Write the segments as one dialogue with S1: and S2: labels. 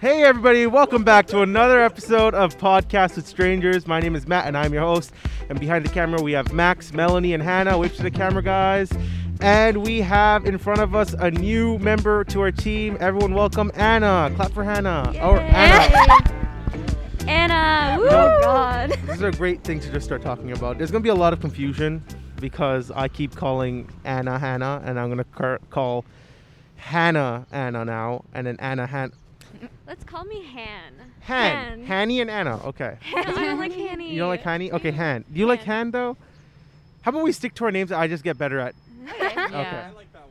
S1: Hey, everybody, welcome back to another episode of Podcast with Strangers. My name is Matt, and I'm your host. And behind the camera, we have Max, Melanie, and Hannah. Wave to the camera, guys. And we have in front of us a new member to our team. Everyone, welcome Anna. Clap for Hannah. Or Anna.
S2: Anna. Woo.
S1: No.
S2: God.
S1: These are great things to just start talking about. There's going to be a lot of confusion because I keep calling Anna Hannah, and I'm going to cur- call Hannah Anna now, and then Anna Han.
S2: Let's call me Han.
S1: Han.
S2: Han.
S1: Hanny and Anna. Okay.
S2: No, I don't like Hanny.
S1: You don't like Hanny? Okay, Han. Do you like Han though? How about we stick to our names? that I just get better at.
S3: Yeah.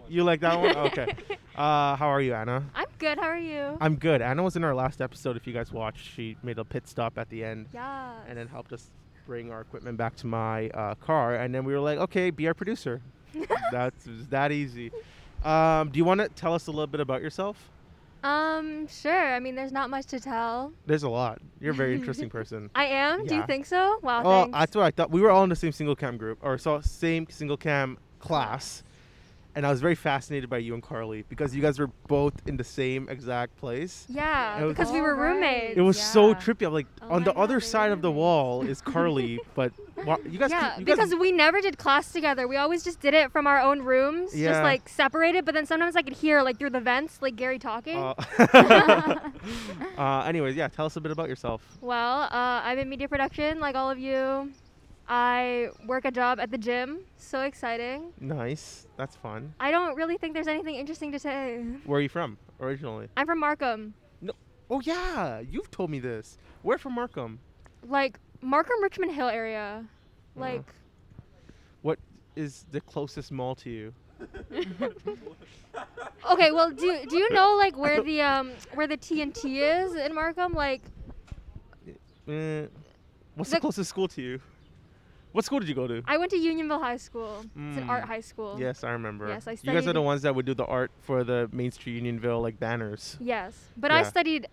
S1: You like that one? Okay. Uh, how are you, Anna?
S2: I'm good. How are you?
S1: I'm good. Anna was in our last episode. If you guys watched, she made a pit stop at the end
S2: Yeah.
S1: and then helped us bring our equipment back to my uh, car. And then we were like, okay, be our producer. That's it was that easy. Um, do you want to tell us a little bit about yourself?
S2: Um, sure. I mean, there's not much to tell.
S1: There's a lot. You're a very interesting person.
S2: I am. Do
S1: Yeah.
S2: you think so? Wow.
S1: Oh,
S2: thanks.
S1: that's what I thought. We were all in the same single cam group, or so same single cam class, and I was very fascinated by you and Carly because you guys were both in the same exact place. It
S2: yeah,
S1: was-
S2: because we were
S3: All right.
S2: roommates.
S1: It was so
S3: Yeah.
S1: trippy. I'm like,
S2: Oh
S1: on
S2: my
S1: the
S2: God,
S1: other
S2: they
S1: side of the
S2: really-
S1: wall is Carly, but why, you guys,
S2: yeah,
S1: you guys,
S2: because we never did class together. We always just did it from our own rooms,
S1: Yeah.
S2: just like separated. But then sometimes I could hear like through the vents, like Gary talking.
S1: Oh. uh, uh, anyways, yeah, tell us a bit about yourself.
S2: Well, uh, I'm in media production, like all of you. I work a job at the gym. So exciting.
S1: Nice, that's fun.
S2: I don't really think there's anything interesting to say.
S1: Where are you from originally?
S2: I'm from Markham.
S1: Oh yeah, you've told me this. Where from Markham?
S2: Like, Markham, Richmond Hill area. Like,
S1: What is the closest mall to you?
S2: okay, well, do, do you know, like, where the, um, where the TNT is in Markham? Like,
S1: Eh, what's the
S2: The-
S1: closest school to you? What school did you go to?
S2: I went to Unionville High School. It's an art
S1: Mm.
S2: high school.
S1: Yes, I remember.
S2: Yes, I
S1: You guys are
S2: studied-
S1: the ones that would do the art for the Main Street Unionville like banners.
S2: Yes. But I
S1: Yeah.
S2: studied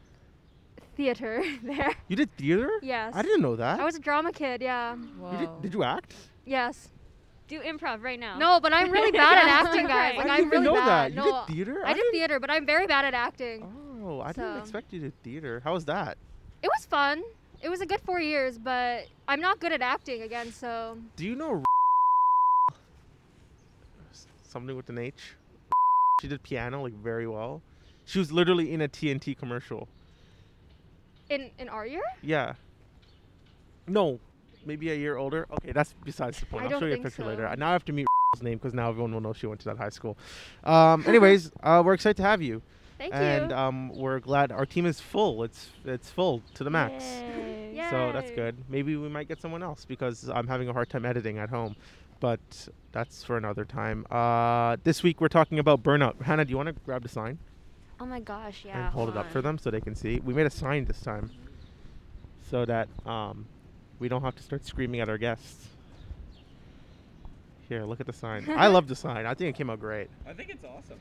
S2: theater there.
S1: You did theater?
S2: Yes.
S1: I didn't know that.
S2: I was a drama kid, yeah.
S1: you did, did you act?
S2: Yes.
S3: do improv right now?
S2: No, but I'm really bad at acting, guys.
S3: Right.
S2: Like,
S1: I
S2: I'm
S1: didn't even
S2: really
S1: know
S2: bad.
S1: that.
S2: No,
S1: you did theater?
S2: I did
S1: didn't-
S2: theater, but I'm very bad at acting.
S1: Oh, I didn't
S2: So-
S1: expect you to do theater. How was that?
S2: It was fun. It was a good four years, but I'm not good at acting again, so
S1: Do you know S- something with an H? She did piano like very well. She was literally in a TNT commercial.
S2: in in our year?
S1: Yeah. No, maybe a year older. Okay, that's besides the point.
S2: I
S1: I'll
S2: don't
S1: show you a
S2: think
S1: picture
S2: so.
S1: later. Uh, Now I have to meet name because now everyone will know she went to that high school. Um, anyways, uh, we're excited to have you,
S2: Thank
S1: and
S2: you.
S1: um, we're glad our team is full. It's it's full to the max.
S3: Yay.
S1: So that's
S2: Yay.
S1: good. Maybe we might get someone else because I'm having a hard time editing at home, but that's for another time. Uh, this week we're talking about burnout. Hannah, do you want to grab the sign?
S2: oh my gosh, yeah.
S1: and hold it up for them so they can see. We made a sign this time so that um, we don't have to start screaming at our guests. Here, look at the sign. I love the sign. I think it came out great.
S4: I think it's awesome.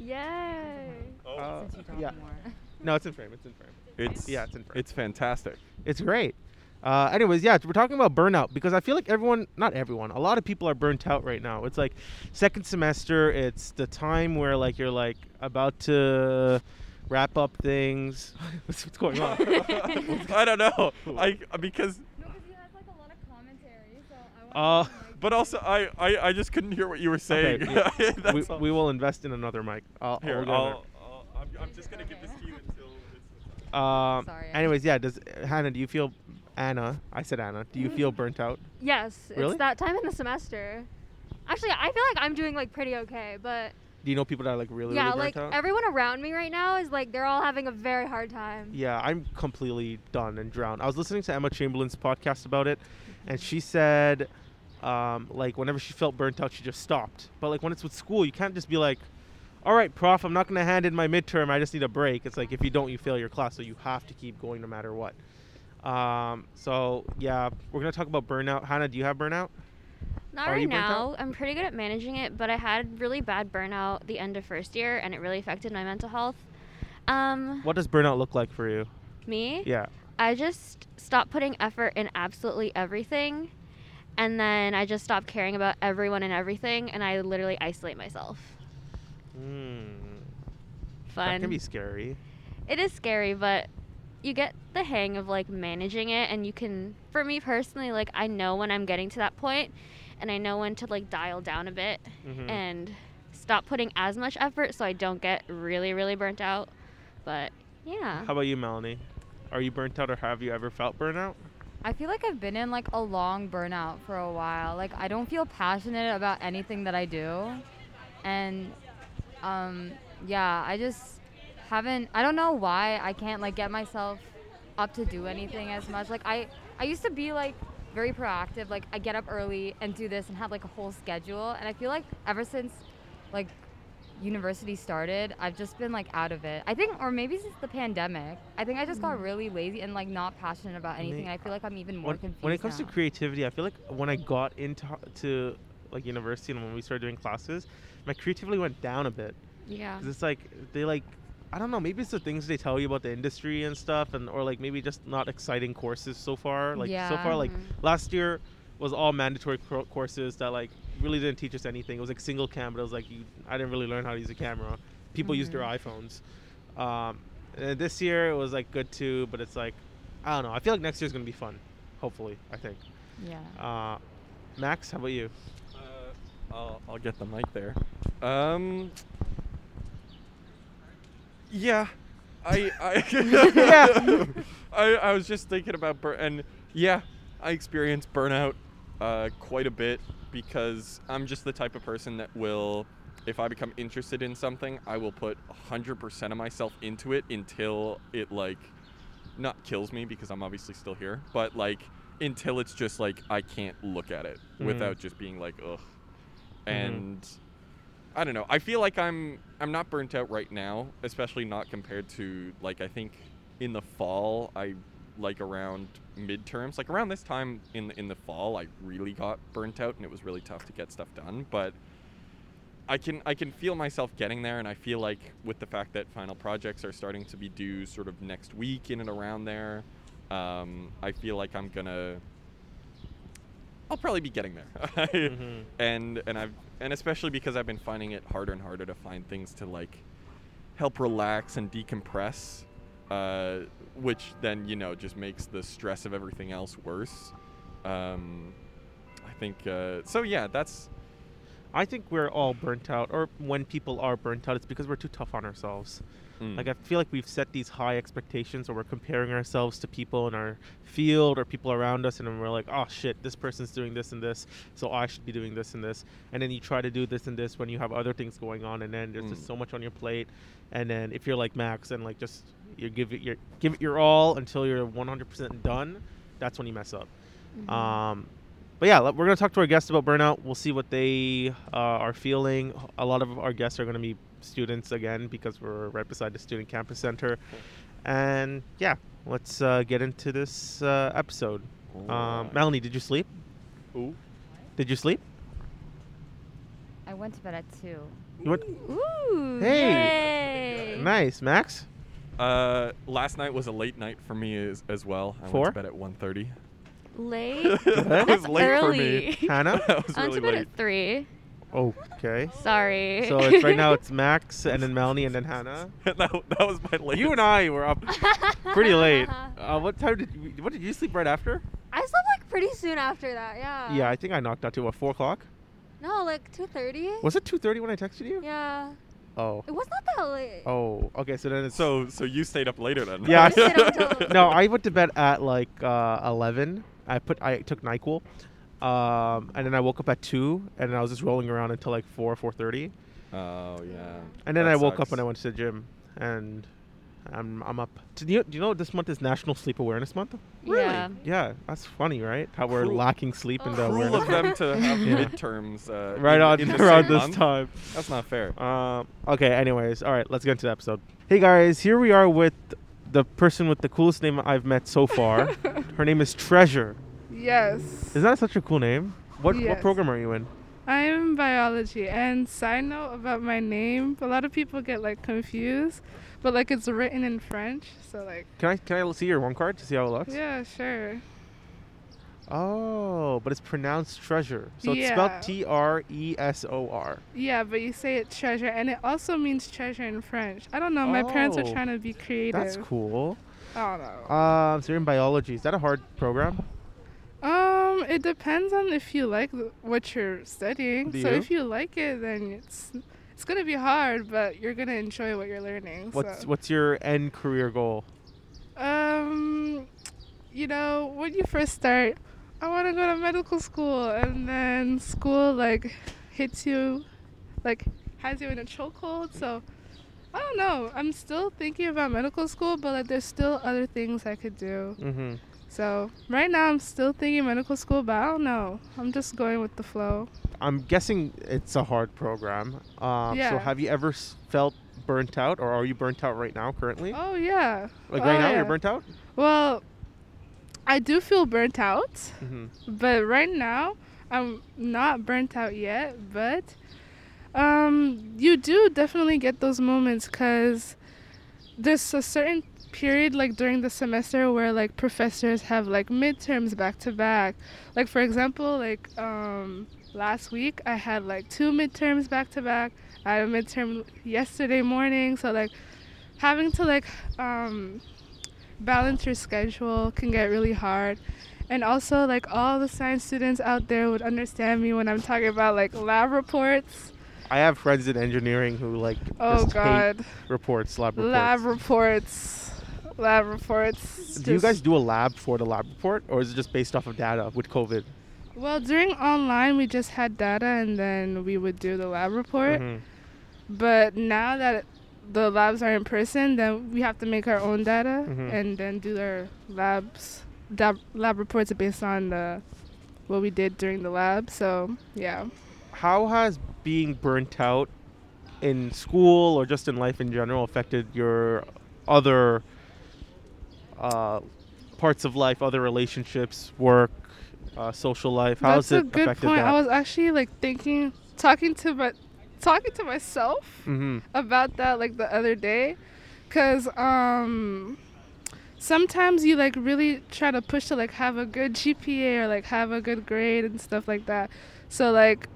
S2: Yay.
S4: Oh,
S1: Uh,
S3: Since you talk
S1: yeah.
S3: more.
S1: No, it's in frame. It's in frame.
S4: it's
S1: Yeah, it's in frame.
S4: it's fantastic.
S1: It's great. Uh, anyways, yeah, we're talking about burnout because I feel like everyone, not everyone, a lot of people are burnt out right now. It's like second semester, it's the time where like you're like about to wrap up things. what's, what's going on?
S4: I don't know. I because
S5: No, because he has like a lot of commentary, so I
S1: Uh,
S5: want to like,
S4: but also I I, I just couldn't hear what you were saying.
S1: Okay, yeah.
S4: That's
S1: we,
S4: all.
S1: we will invest in another mic. I'll, I'll
S4: Here,
S1: go there.
S4: I'll, I'll, I'm, I'm just gonna give this to you until it's.
S1: Um,
S5: Sorry, I-
S1: Anyways, yeah. Does Hannah? Do you feel Anna? I said Anna. Do you feel burnt out?
S2: Mm-hmm. Yes,
S1: Really?
S2: it's that time in the semester. Actually, I feel like I'm doing like pretty okay, but
S1: Do you know people that are like really,
S2: yeah,
S1: really burnt
S2: like
S1: out?
S2: everyone around me right now is like they're all having a very hard time.
S1: yeah, I'm completely done and drowned. I was listening to Emma Chamberlain's podcast about it, and she said, um, like whenever she felt burnt out, she just stopped. But like when it's with school, you can't just be like, "All right, prof, I'm not gonna hand in my midterm. I just need a break." It's like if you don't, you fail your class, so you have to keep going no matter what. Um, so yeah, we're gonna talk about burnout. Hannah, do you have burnout?
S3: Not
S1: Are you
S3: right
S1: burnt out?
S3: now. I'm pretty good at managing it, but I had really bad burnout the end of first year, and it really affected my mental health. Um,
S1: What does burnout look like for you?
S3: me,
S1: Yeah.
S3: I just stopped putting effort in absolutely everything, and then I just stopped caring about everyone and everything, and I literally isolate myself.
S1: Mm,
S3: Hmm. Fun.
S1: That can be scary.
S3: it is scary, but you get the hang of like managing it and you can for me personally like I know when I'm getting to that point and I know when to like dial down a bit
S6: Mm-hmm.
S1: Mhm.
S3: and stop putting as much effort so I don't get really really burnt out. But yeah.
S1: How about you, Melanie? Are you burnt out or have you ever felt burnout?
S5: I feel like I've been in like a long burnout for a while. Like I don't feel passionate about anything that I do. And um yeah, I just haven't I don't know why I can't like get myself up to do anything as much. Like I I used to be like very proactive. Like I get up early and do this and have like a whole schedule. And I feel like ever since like university started, I've just been like out of it. I think, or maybe since the pandemic, I think I just got really lazy and like not passionate about
S1: May-
S5: anything. I feel like I'm even more
S1: Mm. When,
S5: confused.
S1: when it comes
S5: now.
S1: to creativity, I feel like when I got into ho- to like university and when we started doing classes, my creativity went down a bit.
S3: Yeah.
S1: 'Cause it's like they like I don't know, maybe it's the things they tell you about the industry and stuff and or like maybe just not exciting courses so far. Like so
S5: Yeah. mm-hmm.
S1: far like
S3: Mhm.
S1: last year was all mandatory cor- courses that like really didn't teach us anything. It was like single cam, but it was like you I didn't really learn how to use a camera. People used their iPhones. Um, and this year it was like good too, but it's like I don't know. I feel like next year's going to be fun. Hopefully, I think.
S5: yeah.
S1: Uh, Max, how about you?
S6: Uh, I'll, I'll get the mic there. Um. Yeah, I I I, I was just thinking about burn and yeah, I experience burnout uh, quite a bit because I'm just the type of person that will, if I become interested in something, I will put 100% of myself into it until it like not kills me because I'm obviously still here, but like until it's just like I can't look at it
S1: Mhm.
S6: without just being like ugh. And I don't know. I feel like I'm I'm not burnt out right now, especially not compared to like I think in the fall I like around midterms, like around this time in in the fall I really got burnt out and it was really tough to get stuff done, but I can I can feel myself getting there, and I feel like with the fact that final projects are starting to be due sort of next week in and around there, um, I feel like I'm gonna. I'll probably be getting there,
S1: Mhm.
S6: and and I've and especially because I've been finding it harder and harder to find things to like help relax and decompress, uh, which then you know just makes the stress of everything else worse. Um, I think uh, so. Yeah, that's
S1: I think we're all burnt out, or when people are burnt out, it's because we're too tough on ourselves.
S6: mm.
S1: Like I feel like we've set these high expectations, or we're comparing ourselves to people in our field or people around us, and then we're like, "Oh shit, this person's doing this and this, so I should be doing this and this." And then you try to do this and this when you have other things going on, and then there's
S6: Mm.
S1: just so much on your plate. And then if you're like Max and like just you give it your give it your all until you're 100% done, that's when you mess up.
S3: Mm-hmm.
S1: Um, but yeah, let- we're gonna talk to our guests about burnout. We'll see what they uh, are feeling. A lot of our guests are gonna be students again because we're right beside the student campus center.
S6: Cool.
S1: And yeah, let's uh, get into this uh, episode. Um,
S6: Alright.
S1: Melanie, did you sleep?
S6: Ooh.
S1: Did you sleep?
S5: I went to bed at two.
S1: You went-
S3: Ooh.
S1: Hey.
S3: yay.
S1: Nice, Max.
S6: Uh, last night was a late night for me as, as well. I
S1: Four?
S6: went to bed at 1.30.
S3: Late.
S6: that was
S3: That's
S6: late
S3: early.
S6: for me.
S1: Hannah.
S6: that was
S3: I
S6: really
S3: went to bed
S6: late.
S3: at three.
S1: Okay.
S3: Sorry.
S1: So it's right now it's Max and then Melanie and then Hannah.
S6: that, that was my late.
S1: You and I were up pretty late. Uh, what time did you, what did you sleep right after?
S2: I slept like pretty soon after that. Yeah.
S1: Yeah, I think I knocked out to what four o'clock.
S2: No, like two thirty.
S1: Was it two thirty when I texted you?
S2: Yeah.
S1: Oh.
S2: It was not that late.
S1: Oh. Okay. So then it's
S6: So, so you stayed up later then?
S1: Yeah. I
S2: stayed up till-
S1: no. I went to bed at like uh, eleven. I put I took Nyquil, um, and then I woke up at two, and then I was just rolling around until like four four thirty,
S6: Oh, yeah.
S1: and then
S6: That
S1: I woke
S6: sucks.
S1: up and I went to the gym, and I'm I'm up. Do you do you know this month is National Sleep Awareness Month?
S6: Really? Oh,
S3: Yeah.
S1: Yeah, that's funny, right? How we're
S6: Cruel-
S1: lacking sleep in the
S6: Cruel
S1: awareness
S6: of them to have
S1: Yeah.
S6: midterms uh,
S1: right
S6: in,
S1: on
S6: in the
S1: around
S6: same
S1: this
S6: month.
S1: time.
S6: That's not fair.
S1: Um, okay, anyways, all right, let's get into the episode. Hey guys, here we are with the person with the coolest name I've met so far. Her name is Treasure.
S7: Yes.
S1: Isn't that such a cool name? What, what
S7: Yes.
S1: program are you in?
S7: I'm biology. And side note about my name, a lot of people get like confused, but like it's written in French, so like
S1: Can I can I see your one card to see how it looks?
S7: yeah, sure.
S1: Oh, but it's pronounced treasure. So it's spelled
S7: Yeah.
S1: T R E S O R.
S7: Yeah, but you say it treasure, and it also means treasure in French. I don't know. My parents are
S1: Oh,
S7: trying to be creative.
S1: That's cool.
S7: I don't know.
S1: Um, so you're in biology. Is that a hard program?
S7: Um, it depends on if you like th- what you're studying.
S1: Do
S7: so
S1: you?
S7: if you like it, then it's it's gonna be hard, but you're gonna enjoy what you're learning.
S1: What's
S7: so.
S1: what's your end career goal?
S7: Um, you know, when you first start, I want to go to medical school, and then school like hits you, like has you in a chokehold. So I don't know. I'm still thinking about medical school, but like there's still other things I could do.
S1: Mm-hmm.
S7: So right now I'm still thinking medical school, but I don't know. I'm just going with the flow.
S1: I'm guessing it's a hard program. Um, So
S7: Yeah.
S1: have you ever s- felt burnt out, or are you burnt out right now currently?
S7: Oh yeah.
S1: like right
S7: oh,
S1: now,
S7: yeah.
S1: you're burnt out.
S7: Well, I do feel burnt out.
S1: Mm-hmm.
S7: but right now I'm not burnt out yet, but um you do definitely get those moments cuz there's a certain period like during the semester where like professors have like midterms back to back. Like for example, like um last week I had like two midterms back to back. I had a midterm yesterday morning, so like having to like um balance your schedule can get really hard. And also, like all the science students out there would understand me when I'm talking about like lab reports.
S1: I have friends in engineering who like
S7: Oh
S1: just hate
S7: God,
S1: reports, lab reports.
S7: lab reports, lab reports.
S1: do you
S7: Just-
S1: guys do a lab for the lab report, or is it just based off of data with COVID?
S7: Well, during online we just had data, and then we would do the lab report.
S1: Mhm.
S7: But now that the labs are in person, then we have to make our own data
S1: Mhm.
S7: and then do our labs. Dab, lab reports based on the what we did during the lab. So yeah.
S1: How has being burnt out in school or just in life in general affected your other uh, parts of life, other relationships, work, uh, social life? How
S7: That's
S1: has it
S7: a good
S1: affected
S7: point.
S1: that?
S7: I was actually like thinking, talking to my, talking to myself
S1: mm-hmm.
S7: about that like the other day, cause um, sometimes you like really try to push to like have a good GPA or like have a good grade and stuff like that. So like,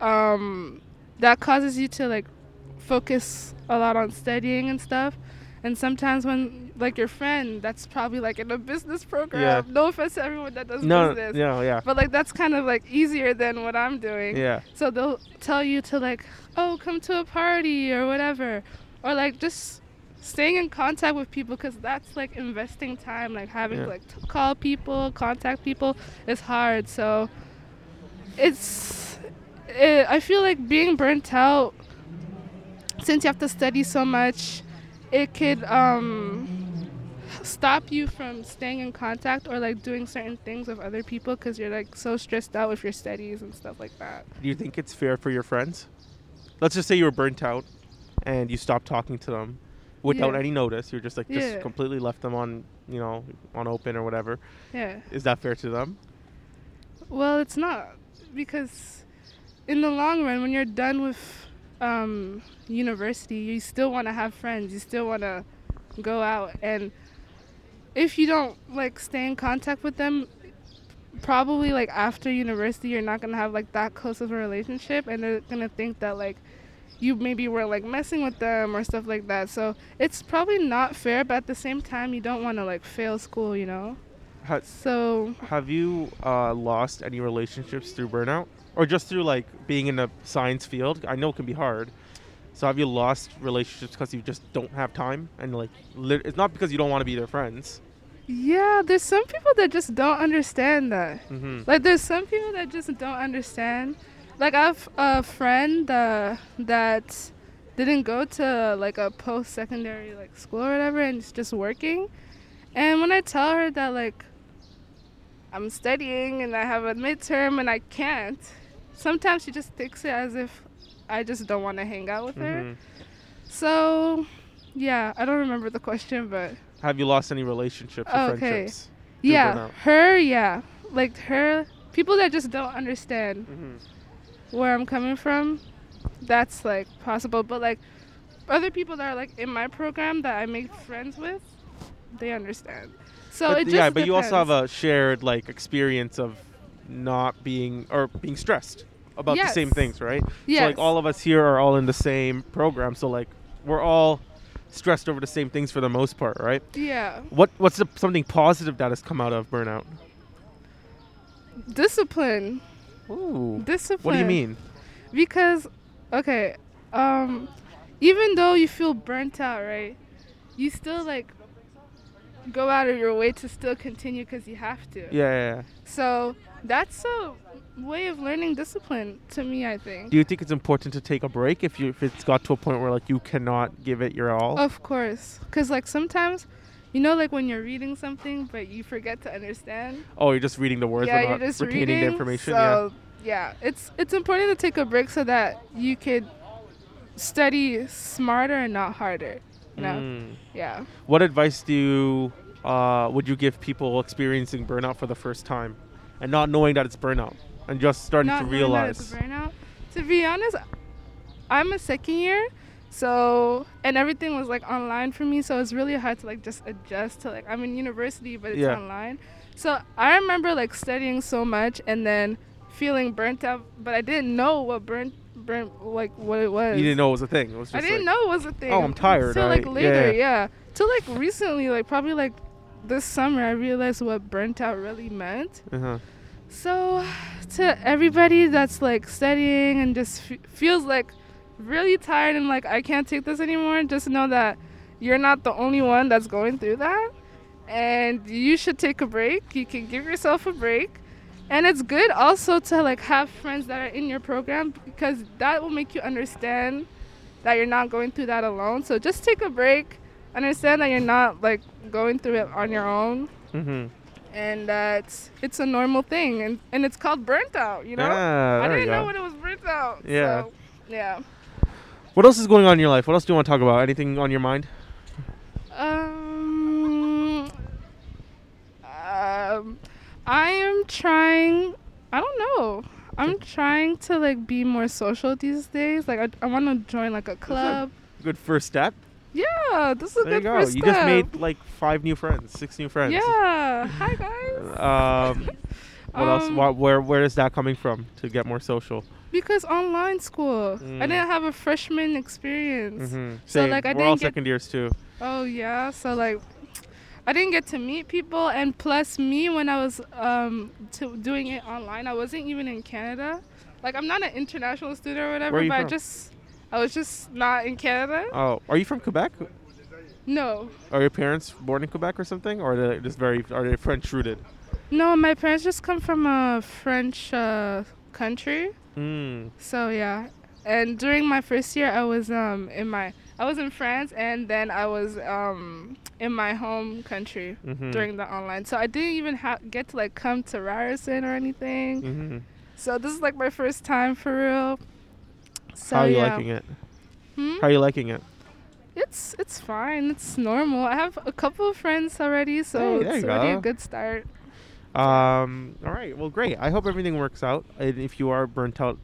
S7: um, that causes you to like focus a lot on studying and stuff. And sometimes when like your friend that's probably like in a business program. No offense to everyone that does
S1: No,
S7: business.
S1: no, yeah,
S7: But like that's kind of like easier than what I'm doing.
S1: yeah.
S7: So they'll tell you to like, oh, come to a party or whatever, or like just staying in contact with people because that's like investing time. Like having
S1: Yeah.
S7: to like t- call people, contact people is hard. So it's it, I feel like being burnt out since you have to study so much, it could um, stop you from staying in contact or like doing certain things with other people because you're like so stressed out with your studies and stuff like that.
S1: Do you think it's fair for your friends? Let's just say you were burnt out and you stopped talking to them without
S7: Yeah.
S1: any notice. You're just like just
S7: Yeah.
S1: completely left them on, you know, on open or whatever.
S7: Yeah.
S1: Is that fair to them?
S7: Well, it's not because in the long run, when you're done with um, university, you still want to have friends. You still want to go out, and if you don't like stay in contact with them, probably like after university, you're not gonna have like that close of a relationship, and they're gonna think that like you maybe were like messing with them or stuff like that. So it's probably not fair, but at the same time, you don't want to like fail school, you know.
S1: Ha-
S7: So
S1: have you uh, lost any relationships through burnout or just through like being in a science field? I know it can be hard. So have you lost relationships because you just don't have time and like lit- it's not because you don't want to be their friends.
S7: Yeah, there's some people that just don't understand that.
S1: Mm-hmm.
S7: Like, there's some people that just don't understand. Like, I have a friend uh, that didn't go to like a post-secondary like school or whatever, and is just working. And when I tell her that like I'm studying and I have a midterm and I can't, sometimes she just takes it as if I just don't want to hang out with her.
S1: hmm
S7: So, yeah, I don't remember the question, but
S1: Have you lost any relationships or
S7: Oh, Okay.
S1: friendships?
S7: yeah,
S1: burnout.
S7: her, yeah. Like her, people that just don't understand
S1: Mm-hmm.
S7: where I'm coming from, that's like possible. But like other people that are like in my program that I make friends with, they understand. So
S1: but,
S7: it just
S1: yeah, but you also
S7: depends.
S1: have a shared like experience of not being or being stressed about the same
S7: Yes.
S1: things, right? So
S7: Yes.
S1: like all of us here are all in the same program, so like we're all stressed over the same things for the most part, right?
S7: yeah
S1: What what's the, something positive that has come out of burnout?
S7: discipline
S1: Ooh.
S7: discipline.
S1: What do you mean?
S7: Because, okay, um, even though you feel burnt out, right? You still like go out of your way to still continue because you have to.
S1: Yeah, yeah, yeah.
S7: So that's a way of learning discipline to me. I think.
S1: Do you think it's important to take a break if you if it's got to a point where like you cannot give it your all?
S7: Of course, because like sometimes, you know, like when you're reading something but you forget to understand.
S1: Oh, you're just reading the words
S7: yeah,
S1: but
S7: you're
S1: not
S7: just
S1: retaining
S7: reading.
S1: the information. yeah.
S7: So yeah. it's it's important to take a break so that you could study smarter and not harder. You know?
S1: Mm.
S7: Yeah.
S1: What advice do you uh, would you give people experiencing burnout for the first time and not knowing that it's burnout and just starting
S7: Not
S1: to
S7: knowing that it's
S1: realize?
S7: burnout. To be honest, I'm a second year, so and everything was like online for me, so it's really hard to like just adjust to like I'm in university, but it's
S1: Yeah.
S7: online. So I remember like studying so much and then feeling burnt out, but I didn't know what burnt burnt like what it was.
S1: You didn't know it was a thing. It was
S7: I
S1: just
S7: didn't
S1: like, "Oh,
S7: know it was a thing.
S1: I'm tired,
S7: Till like
S1: alright,
S7: later,
S1: yeah.
S7: yeah. Till like recently, like probably like this summer, I realized what burnt out really meant.
S1: Uh-huh.
S7: So, to everybody that's like studying and just f- feels like really tired and like I can't take this anymore, just know that you're not the only one that's going through that. And you should take a break. You can give yourself a break. And it's good also to like have friends that are in your program because that will make you understand that you're not going through that alone. So just take a break. Understand that you're not like going through it on your own
S1: Mm-hmm.
S7: and that it's a normal thing and, and it's called burnt out you know
S1: Ah,
S7: i
S1: there we
S7: didn't know
S1: go.
S7: when it was burnt out
S1: Yeah.
S7: so, yeah
S1: What else is going on in your life? What else do you want to talk about? Anything on your mind?
S7: um, um i am trying i don't know i'm trying to like be more social these days like i, I want to join like a club
S1: Good first step.
S7: yeah this is a
S1: there you
S7: good
S1: go.
S7: first
S1: You just
S7: step.
S1: made like five new friends, six new friends.
S7: yeah hi guys
S1: Um, what else?
S7: Um,
S1: Why, where where is that coming from to get more social?
S7: because online school i
S1: Mm.
S7: didn't have a freshman experience
S1: Mm-hmm.
S7: So, like, I
S1: we're all
S7: didn't get-
S1: second years too.
S7: Oh yeah, so like I didn't get to meet people and plus me when I was um to doing it online, I wasn't even in Canada. Like I'm not an international student or whatever,
S1: Where are you
S7: but I
S1: from?
S7: just I was just not in Canada.
S1: Oh, are you from Quebec?
S7: No.
S1: Are your parents born in Quebec or something, or are they just very are they French rooted?
S7: No, my parents just come from a French uh, country.
S6: Hmm.
S1: Mm.
S7: So yeah. And during my first year I was um in my I was in France and then I was um in my home country.
S1: Mm-hmm.
S7: during the online. So I didn't even ha- get to like come to Ryerson or anything.
S1: Mm-hmm.
S7: So this is like my first time for real. So
S1: How are you
S7: yeah.
S1: liking it?
S7: Hmm?
S1: How are you liking it?
S7: It's it's fine. It's normal. I have a couple of friends already,
S1: Hey,
S7: so
S1: there
S7: it's
S1: you
S7: already
S1: go.
S7: a good start.
S1: Um. All right. Well, great. I hope everything works out. And if you are burnt out,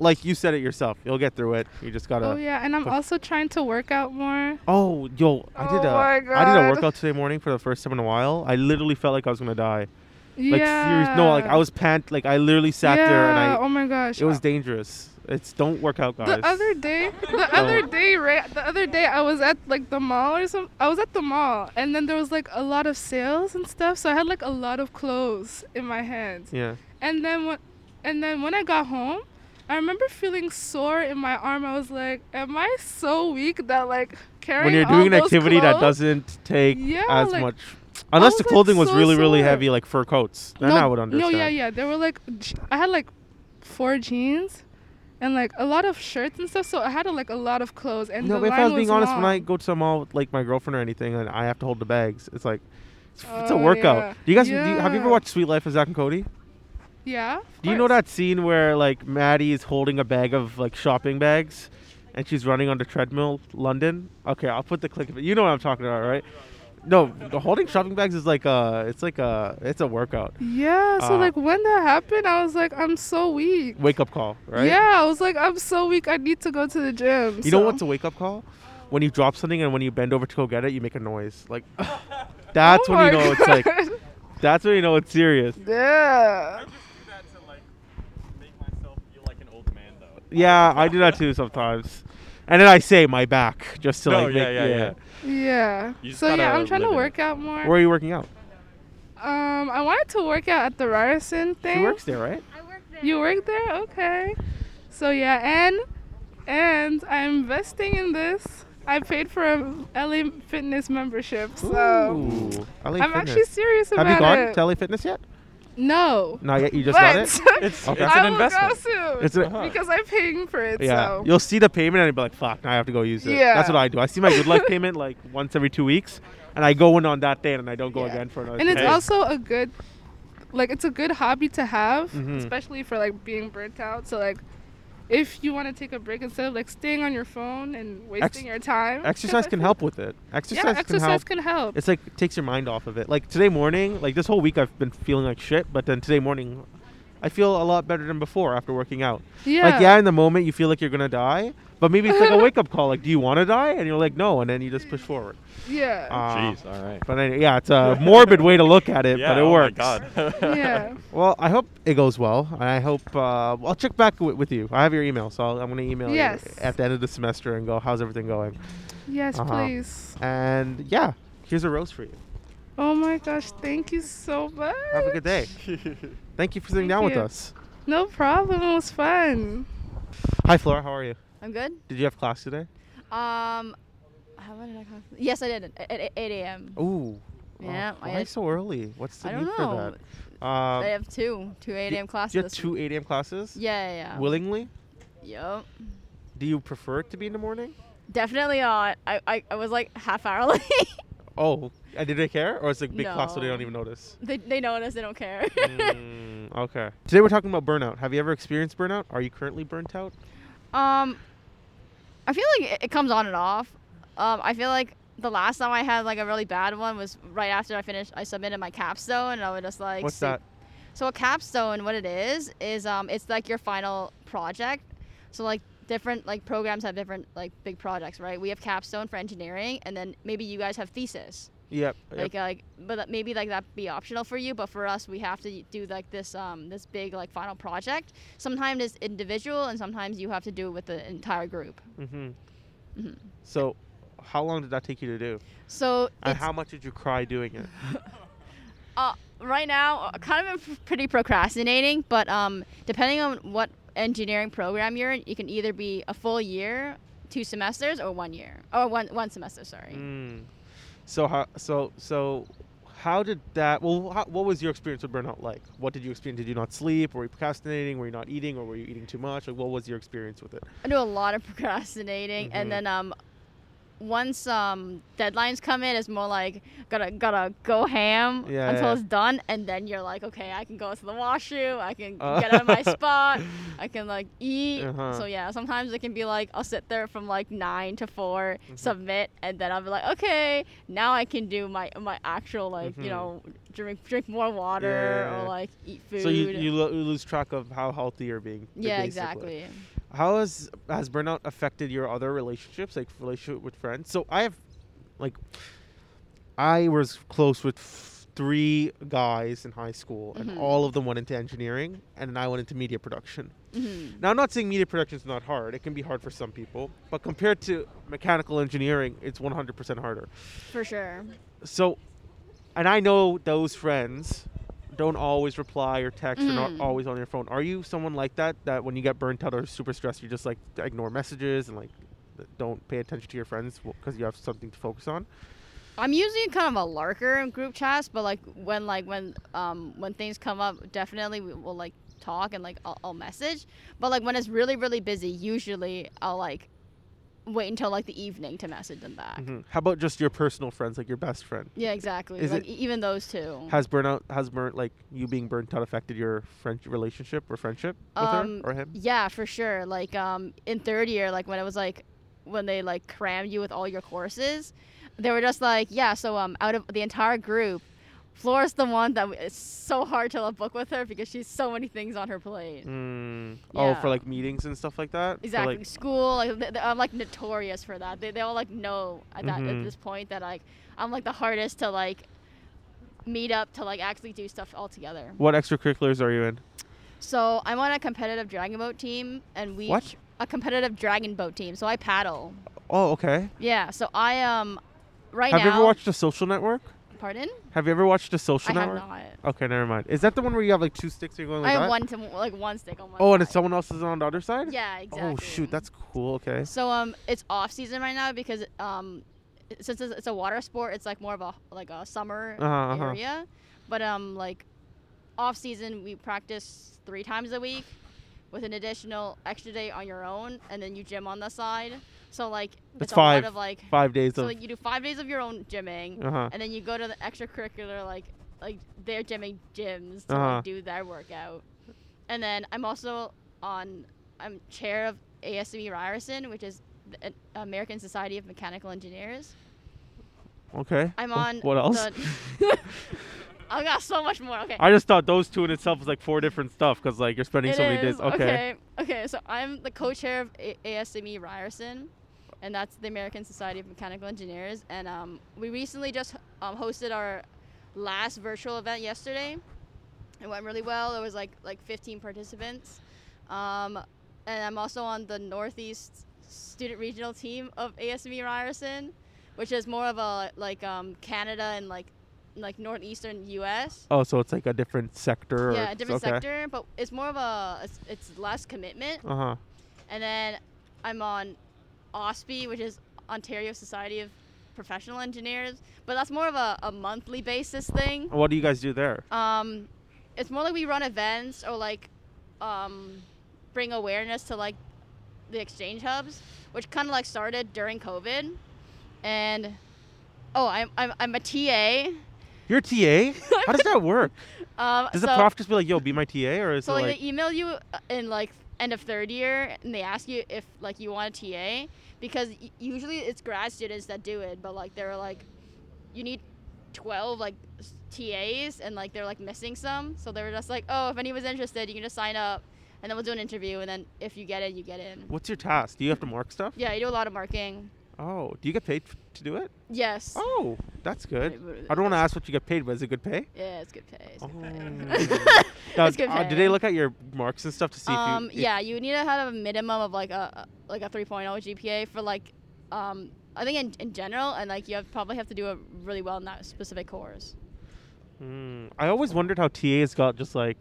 S1: like you said it yourself, you'll get through it. You just gotta.
S7: oh yeah, and I'm
S1: but-
S7: also trying to work out more.
S1: Oh, yo, I did
S7: Oh
S1: a I
S7: my
S1: did a
S7: God.
S1: workout today morning for the first time in a while. I literally felt like I was gonna die. Like
S7: yeah.
S1: serious, no, like I was pant, like I literally sat
S7: yeah.
S1: there and I.
S7: oh my gosh.
S1: It was dangerous. It's don't work out, guys.
S7: The other day, the other day, right? The other day, I was at like the mall or some. I was at the mall, and then there was like a lot of sales and stuff. So I had like a lot of clothes in my hands.
S1: Yeah.
S7: And then when, and then when I got home, I remember feeling sore in my arm. I was like, "Am I so weak that like carrying
S1: When you're
S7: all
S1: doing an
S7: those
S1: activity that
S7: clothes-
S1: doesn't take
S7: Yeah,
S1: as
S7: like,
S1: much, unless
S7: was,
S1: the
S7: like,
S1: clothing was
S7: so
S1: really, really
S7: sore.
S1: heavy, like fur coats, then
S7: no,
S1: I would understand.
S7: No, yeah, yeah. There were like, je- I had like four jeans. And like a lot of shirts and stuff, so I had like a lot of clothes. And
S1: No,
S7: the
S1: but if
S7: line
S1: I was being honest, when
S7: long.
S1: I go to a mall with like my girlfriend or anything, and I have to hold the bags, it's like it's, it's a
S7: Oh,
S1: workout.
S7: yeah.
S1: Do you guys do you, have you ever
S7: Yeah.
S1: watched Sweet Life of Zach and Cody?
S7: Yeah. of
S1: Do you know
S7: course.
S1: that scene where like Maddie is holding a bag of like shopping bags, and she's running on the treadmill, London? Okay, I'll put the click of it. You know what I'm talking about, right? No, the holding shopping bags is like a, it's like a, it's a workout.
S7: Yeah. So
S1: Uh,
S7: like when that happened, I was like, I'm so weak.
S1: Wake up call, right?
S7: Yeah. I was like, I'm so weak. I need to go to the gym.
S1: You know what's a wake up call? When you drop something and when you bend over to go get it, you make a noise like. That's
S7: Oh
S1: when you
S7: my
S1: know it's like
S7: God.
S1: that's when you know it's serious.
S7: Yeah.
S1: Yeah, I do that too sometimes. And then I say my back just to
S4: No,
S1: like
S4: yeah,
S1: make,
S4: yeah, yeah.
S7: Yeah.
S4: You just
S7: So yeah,
S4: gotta
S7: I'm trying to
S4: live in
S7: work out more.
S1: Where are you working out?
S7: Um, I wanted to work out at the Ryerson thing.
S1: She works there, right?
S3: I work there.
S7: You work there? Okay. So yeah, and and I'm investing in this. I paid for a LA Fitness membership, so
S1: Ooh, LA
S7: I'm
S1: Fitness.
S7: actually serious about
S1: Have you gone
S7: it.
S1: to LA Fitness yet?
S7: no.
S1: Not yet. You just
S7: but
S1: got it.
S4: It's,
S1: Okay.
S4: it's
S7: I
S4: an
S7: will
S4: investment.
S7: go soon
S1: It's a-
S4: Uh-huh.
S7: because I'm paying for it.
S1: Yeah,
S7: So
S1: you'll see the payment and you'll be like, "Fuck!" Now I have to go use it. That's
S7: uh, Yeah.
S1: what I do. I see my good life payment like once every two weeks, and I go in on that day, and I don't go
S7: Yeah.
S1: again for another.
S7: and it's
S1: two days.
S7: also a good like it's a good hobby to have
S1: Mhm.
S7: especially for like being burnt out so like if you want to take a break instead of like staying on your phone and wasting your time 'cause
S1: exercise
S7: I
S1: can
S7: feel-
S1: help with it. Exercise
S7: yeah
S1: can
S7: exercise
S1: help.
S7: can help
S1: It's like takes your mind off of it. Like today morning, like this whole week, I've been feeling like shit, but then today morning, I feel a lot better than before after working out.
S7: yeah
S1: Like yeah, in the moment you feel like you're gonna die, but maybe it's like a wake up call. Like, do you want to die? And you're like, no, and then you just push forward.
S7: yeah
S1: Uh,
S4: Oh, Jeez, all right.
S1: But anyway, yeah, it's a morbid way to look at it, but it
S4: oh
S1: works.
S4: My God.
S7: yeah
S1: Well, I hope it goes well, and I hope uh, I'll check back wi with you. I have your email, so I'll, I'm going to email
S7: Yes.
S1: you at the end of the semester and go, "How's everything going?"
S7: yes
S1: Uh-huh.
S7: please
S1: And yeah, here's a rose for you.
S7: oh my gosh thank you so much
S1: Have a good day. Thank you for sitting
S7: Thank
S1: down with
S7: you.
S1: us.
S7: no problem it was fun
S1: Hi, Flora. How are you?
S8: I'm good.
S1: Did you have class today?
S8: Um, how did I call? Yes, I did. At, at 8 a.m.
S1: Ooh.
S8: Yeah,
S1: Oh,
S8: I
S1: why
S8: had-
S1: so early? What's the
S8: I
S1: need
S8: don't
S1: for
S8: know.
S1: that? Um,
S8: I have two, two 8
S1: you-
S8: a.m. classes.
S1: you had
S8: this
S1: two 8 a.m. classes.
S8: week. Yeah, yeah. yeah.
S1: Willingly?
S8: Yep.
S1: Do you prefer it to be in the morning?
S8: Definitely not. I, I, I was like half hourly.
S1: Oh, and did they care, or it's like big class so they don't
S8: No.
S1: even notice?
S8: they, they notice. They don't care.
S1: Mm, okay. Today we're talking about burnout. Have you ever experienced burnout? Are you currently burnt out?
S8: Um, I feel like it, it comes on and off. Um, I feel like the last time I had like a really bad one was right after I finished. I submitted my capstone, and I was just like,
S1: What's
S8: sleep-
S1: that?
S8: So a capstone, what it is, is um, it's like your final project. So like different like programs have different like big projects, right? We have capstone for engineering, and then maybe you guys have thesis.
S1: Yep. yep.
S8: Like uh, like, but that- maybe like that be optional for you. But for us, we have to do like this um this big like final project. Sometimes it's individual, and sometimes you have to do it with the entire group.
S1: Mhm.
S8: Mhm.
S1: So, how long did that take you to do?
S8: So
S1: And
S8: it's-
S1: how much did you cry doing it?
S8: uh, right now, uh, kind of am pretty procrastinating, but um, depending on what engineering program you're in, you can either be a full year, two semesters, or one year, or one one semester. Sorry.
S1: Mm. So how? So so, how did that? Well, how, what was your experience with burnout like? What did you experience? Did you not sleep? Were you procrastinating? Were you not eating? Or were you eating too much? Like, what was your experience with it?
S8: I do a lot of procrastinating,
S1: Mhm.
S8: and then um, once um deadlines come in, it's more like gotta gotta go ham
S1: Yeah,
S8: until
S1: yeah.
S8: it's done, and then you're like, okay, I can go to the washroom, I can
S1: Uh.
S8: get out of my spot, I can like eat.
S1: Uh-huh.
S8: So yeah, sometimes it can be like I'll sit there from like nine to 4
S1: Mhm.
S8: submit, and then I'll be like, okay, now I can do my my actual like
S1: Mhm.
S8: you know drink drink more water
S1: Yeah.
S8: or like eat food.
S1: So you you, lo- you lose track of how healthy you're being.
S8: yeah,
S1: basically.
S8: exactly.
S1: How has has burnout affected your other relationships, like relationship with friends? So I have, like, I was close with f- three guys in high school, and
S8: Mhm.
S1: all of them went into engineering, and then I went into media production.
S8: Mhm.
S1: Now I'm not saying media production is not hard; it can be hard for some people, but compared to mechanical engineering, it's 100% harder.
S8: For sure.
S1: So, and I know those friends don't always reply or text or not
S8: Mm.
S1: always on your phone. Are you someone like that? That when you get burnt out or super stressed, you just like ignore messages and like th- don't pay attention to your friends because you have something to focus on.
S8: I'm usually kind of a larker in group chats, but like when like when um when things come up, definitely we will like talk and like I'll, I'll message. But like when it's really really busy, usually I'll like wait until like the evening to message them back.
S1: Mhm. How about just your personal friends, like your best friend?
S8: Yeah, exactly.
S1: Is
S8: like
S1: it-
S8: e- even those two.
S1: Has burnout has burnt like you being burnt out affected your friend relationship or friendship with
S8: Um,
S1: her or him?
S8: Yeah, for sure. Like um in third year, like when it was like when they like crammed you with all your courses, they were just like, yeah. So um out of the entire group, Flora's the one that it's so hard to book with her because she's so many things on her plate.
S1: Mm. Oh, for
S8: yeah.
S1: like meetings and stuff like that. For,
S8: Exactly.
S1: like-
S8: School, like they, they- I'm like notorious for that. They, they all like know at that
S1: Mhm.
S8: at this point that like I'm like the hardest to like meet up to like actually do stuff all together.
S1: What extracurriculars are you in?
S8: So I'm on a competitive dragon boat team, and we
S1: What?
S8: a competitive dragon boat team. So I paddle.
S1: Oh, okay.
S8: Yeah. So I um right
S1: Have
S8: now.
S1: you ever watched The Social Network?
S8: Pardon?
S1: Have you ever watched The Social
S8: I have
S1: Network?
S8: not.
S1: Okay, never mind. Is that the one where you have like two sticks and you're going like
S8: I have
S1: that?
S8: one to like one stick on one.
S1: Oh, and
S8: side.
S1: it's someone else's on the other side?
S8: Yeah. Exactly.
S1: Oh shoot, that's cool. Okay.
S8: So um, it's off season right now because um, it- since it's it's a water sport, it's like more of a like a summer
S1: Uh-huh, uh-huh.
S8: area. But um, like off season, we practice three times a week, with an additional extra day on your own, and then you gym on the side. So like
S1: That's
S8: it's
S1: five.
S8: a lot of like
S1: Five days
S8: so
S1: of.
S8: like you do five days of your own gymming,
S1: uh huh.
S8: and then you go to the extracurricular like like their gymming gyms to
S1: Uh-huh.
S8: like, do their workout. And then I'm also on I'm chair of ASME Ryerson, which is the uh, American Society of Mechanical Engineers.
S1: Okay.
S8: I'm
S1: Wh-
S8: on
S1: What else?
S8: the- I got so much more. Okay.
S1: I just thought those two in itself was like four different stuff because like you're spending
S8: It
S1: so many
S8: is,
S1: days. Okay.
S8: okay. Okay, so I'm the co-chair of A- ASME Ryerson, and that's the American Society of Mechanical Engineers. And um, we recently just um, hosted our last virtual event yesterday. It went really well. There was like like 15 participants, um, and I'm also on the Northeast Student Regional Team of ASME E Ryerson, which is more of a like um, Canada and like like northeastern U.S.
S1: Oh, so it's like a different sector.
S8: Yeah,
S1: or,
S8: a different
S1: okay.
S8: sector, but it's more of a it's, it's less commitment.
S1: Uh huh.
S8: And then I'm on OSPE, which is Ontario Society of Professional Engineers, but that's more of a, a monthly basis thing.
S1: What do you guys do there?
S8: Um, it's more like we run events or like um, bring awareness to like the exchange hubs, which kind of like started during COVID. And oh, I'm I'm, I'm a TA.
S1: You're a TA. How does that work?
S8: Um,
S1: Does
S8: so,
S1: the prof just be like, "Yo, be my TA," or is
S8: So
S1: it
S8: like,
S1: like,
S8: they email you uh, in like end of third year, and they ask you if like you want a TA, because y- usually it's grad students that do it, but like they're like, you need twelve like s- TAs, and like they're like missing some, so they were just like, oh, if anyone's interested, you can just sign up, and then we'll do an interview, and then if you get in, you get in.
S1: what's your task? Do you have to mark stuff?
S8: Yeah, you do a lot of marking.
S1: Oh, do you get paid f- to do it?
S8: Yes.
S1: Oh, that's good.
S8: But-
S1: I don't want to ask what you get paid, but is it good pay?
S8: Yeah, it's good pay. It's good
S1: Oh.
S8: pay.
S1: Now,
S8: It's good
S1: uh, do
S8: pay.
S1: they look at your marks and stuff to see
S8: um,
S1: if you? if-
S8: yeah, you need to have a minimum of like a like a 3.0 GPA for like um, I think in, in general, and like you have, probably have to do a really well in that specific course.
S1: Mm, I always wondered how TAs got just like,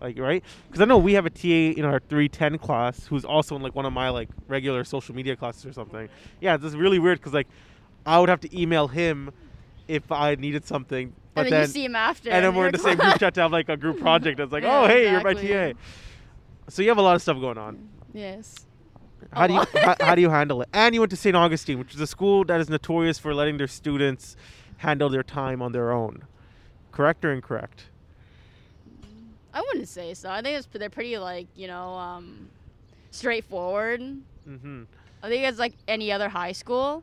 S1: like right? Because I know we have a TA in our 310 class who's also in like one of my like regular social media classes or something. Yeah, this is really weird because like, I would have to email him if I needed something, but
S8: and then, you see him after.
S1: and then we're in
S8: you're
S1: the same group chat to have like a group project. It's like, oh hey, you're my
S8: Exactly.
S1: TA. So you have a lot of stuff going on.
S7: Oh.
S8: Yes.
S1: How
S8: A
S1: do you
S8: lot.
S1: how, how do you handle it? And you went to St. Augustine, which is a school that is notorious for letting their students handle their time on their own. Correct or incorrect?
S8: I wouldn't say so. I think it's they're pretty like you know um, straightforward.
S1: hmm
S8: I think it's like any other high school.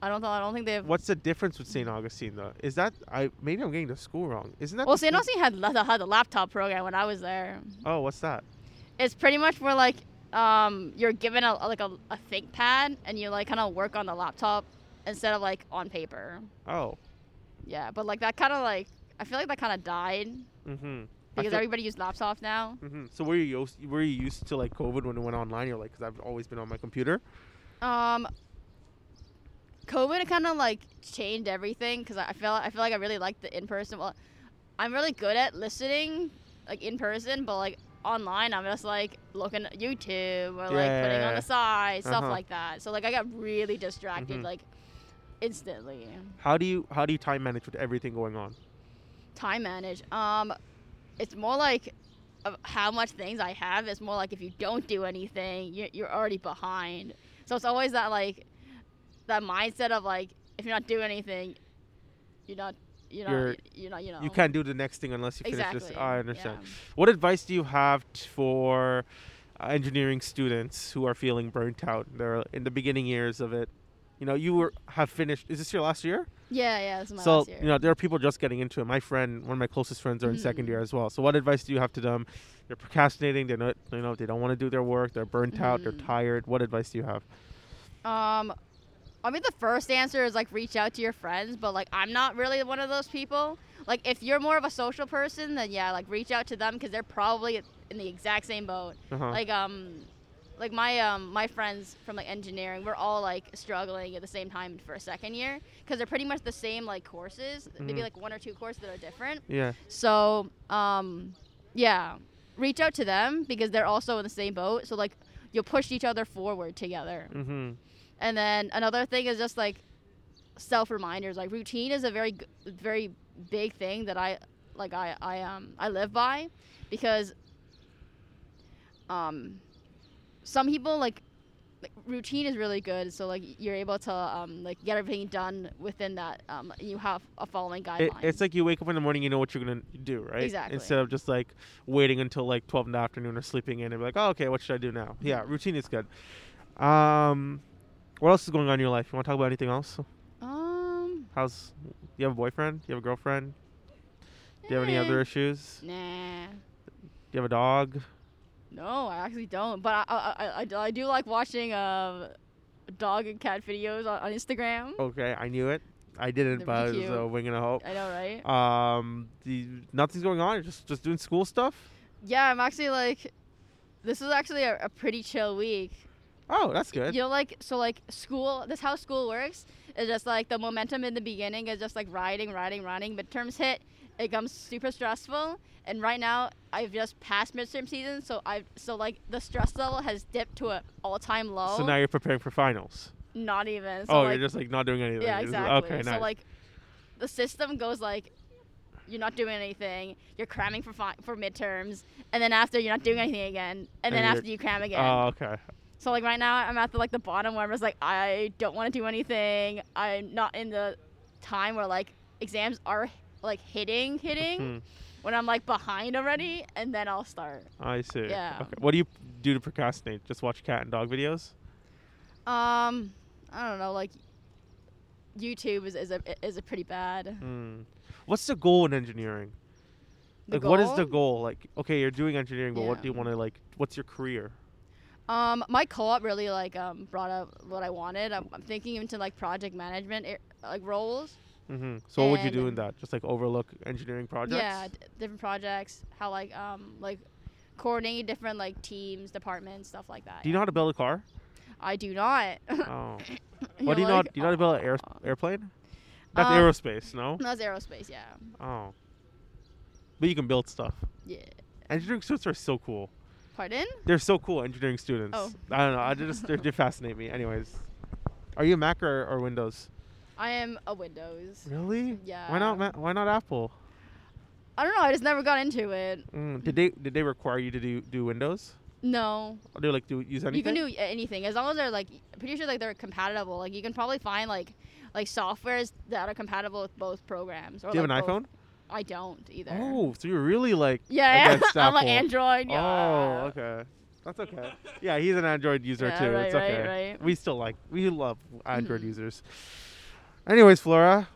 S8: I don't know. I don't think they've.
S1: What's the difference with St. Augustine though? Is that I maybe I'm getting the school wrong? Isn't that
S8: Well,
S1: the
S8: St.
S1: school-
S8: Augustine had la- had the laptop program when I was there.
S1: Oh, what's that?
S8: it's pretty much where like um, you're given a like a, a think pad and you like kind of work on the laptop instead of like on paper.
S1: Oh,
S8: Yeah, but like that kind of like I feel like that kind of died
S1: mm-hmm.
S8: because everybody used laptops now.
S1: hmm So were you used- were you used to like COVID when it went online? You're like, because I've always been on my computer.
S8: Um, COVID kind of like changed everything because I I feel I feel like I really like the in person. Well, I'm really good at listening like in person, but like online, I'm just like looking at YouTube or like putting on
S1: Yeah.
S8: the side stuff
S1: Uh-huh.
S8: like that. So like I got really distracted
S1: Mhm.
S8: like instantly.
S1: How do you how do you time manage with everything going on?
S8: Time manage. Um, it's more like of how much things I have. It's more like if you don't do anything, you're, you're already behind. So it's always that like that mindset of like if you're not doing anything, you're not you're not
S1: You're-
S8: you're, not you know
S1: You can't do the next thing unless you finish
S8: exactly.
S1: this. I understand.
S8: Yeah.
S1: What advice do you have t- for uh, engineering students who are feeling burnt out? They're in the beginning years of it. You know, you were, have finished. Is this your last year?
S8: Yeah, yeah, it's my
S1: so
S8: last year.
S1: you know, there are people just getting into it. My friend, one of my closest friends, are in second
S8: Mm-hmm.
S1: year as well. So what advice do you have to them? They're procrastinating. They're not. You know, they don't want to do their work. They're burnt out. They're
S8: Mhm.
S1: tired. What advice do you have?
S8: Um, I mean, the first answer is like reach out to your friends, but like I'm not really one of those people. Like if you're more of a social person, then yeah, like reach out to them because they're probably in the exact same boat.
S1: Uh-huh.
S8: Like um, like my um my friends from like engineering, we're all like struggling at the same time for a second year because they're pretty much the same like courses. Maybe
S1: Mhm.
S8: like one or two courses that are different.
S1: yeah.
S8: So, um, yeah, reach out to them because they're also in the same boat. So like, you'll push each other forward together.
S1: Mm-hmm.
S8: And then another thing is just like self reminders. Like routine is a very, g- very big thing that I like. I I um I live by because um some people like. like, Routine is really good, so like you're able to um, like get everything done within that. Um, you have a following
S1: It,
S8: guideline.
S1: it's like you wake up in the morning, you know what you're gonna do, right?
S8: Exactly.
S1: Instead of just like waiting until like 12 in the afternoon or sleeping in and be like, oh, okay, what should I do now? Yeah,
S8: Mm-hmm.
S1: routine is good. Um, what else is going on in your life? You want to talk about anything else?
S8: um,
S1: How's you have a boyfriend? You have a girlfriend? Do you have any other
S8: Eh.
S1: issues? Do
S8: Nah.
S1: you have a dog?
S8: No, I actually don't. But I I, I, I- I do like watching um, dog and cat videos on, on Instagram.
S1: Okay, I knew it. I didn't,
S8: They're
S1: but I was
S8: pretty
S1: uh,
S8: cute.
S1: winging a hope.
S8: I know, right?
S1: Um, the, nothing's going on. You're just just doing school stuff.
S8: Yeah, I'm actually like, this is actually a, a pretty chill week.
S1: Oh, that's good.
S8: You know, like so, like school. That's how school works. It's just like the momentum in the beginning is just like riding, riding, riding. Midterms hit, it becomes super stressful. And right now, I've just passed midterm season, so I've so like the stress level has dipped to an all-time low.
S1: So now you're preparing for finals.
S8: not even. So
S1: oh,
S8: like,
S1: you're just like not doing anything.
S8: Yeah,
S1: You're just-
S8: exactly.
S1: okay,
S8: so
S1: nice.
S8: like, the system goes like, you're not doing anything. You're cramming for fi- for midterms, and then after you're not doing anything again, and,
S1: And
S8: then
S1: you're-
S8: after you cram again.
S1: Oh, okay.
S8: so like right now, I'm at the like the bottom where I'm just like, I don't want to do anything. I'm not in the time where like exams are like hitting, hitting.
S1: Hmm.
S8: When I'm like behind already, and then I'll start.
S1: Hmm, I see.
S8: Yeah.
S1: Okay. What do you do to procrastinate? Just watch cat and dog videos?
S8: Um, I don't know. Like, YouTube is is a is a pretty bad.
S1: Mm. What's the goal in engineering?
S8: The
S1: like, what is the
S8: goal?
S1: goal? Like, okay, you're doing engineering, but what
S8: Yeah.
S1: do you want to like? What's your career?
S8: Um, my co-op really like um brought up what I wanted. I'm, I'm thinking into like project management ar- like roles.
S1: hmm So what would you do in
S8: And-
S1: that? Just like overlook engineering projects?
S8: Yeah, d- different projects. How like um like coordinating different like teams, departments, stuff like that.
S1: Do you know how to build a car?
S8: I do not.
S1: Oh.
S8: You're
S1: what do you know?
S8: like,
S1: do you know how to build an air,
S8: "Aw."
S1: airplane? That's
S8: Uh,
S1: aerospace, no?
S8: That's aerospace. Yeah.
S1: Oh. But you can build stuff.
S8: Yeah.
S1: Engineering students are so cool.
S8: Pardon?
S1: They're so cool, engineering students.
S8: Oh.
S1: I don't know. I just they they fascinate me. Anyways, are you Mac or, or Windows?
S8: I am a Windows.
S1: Really?
S8: Yeah.
S1: Why not? Ma- why not Apple?
S8: I don't know. I just never got into it.
S1: Mm, did they did they require you to do do Windows?
S8: No.
S1: Or do you like do use anything?
S8: You can do anything as long as they're like I'm pretty sure like they're compatible. Like you can probably find like like softwares that are compatible with both programs. Or,
S1: Do you have
S8: like,
S1: an
S8: both-
S1: iPhone?
S8: I don't either.
S1: Oh, so you're really like
S8: Yeah, yeah.
S1: against
S8: I'm like
S1: Apple.
S8: Android. Yeah.
S1: Oh, okay. That's okay. Yeah, he's an Android user
S8: Yeah,
S1: too.
S8: right,
S1: it's
S8: right,
S1: okay.
S8: right. Mm.
S1: We still like we love Android users. Anyways, Flora,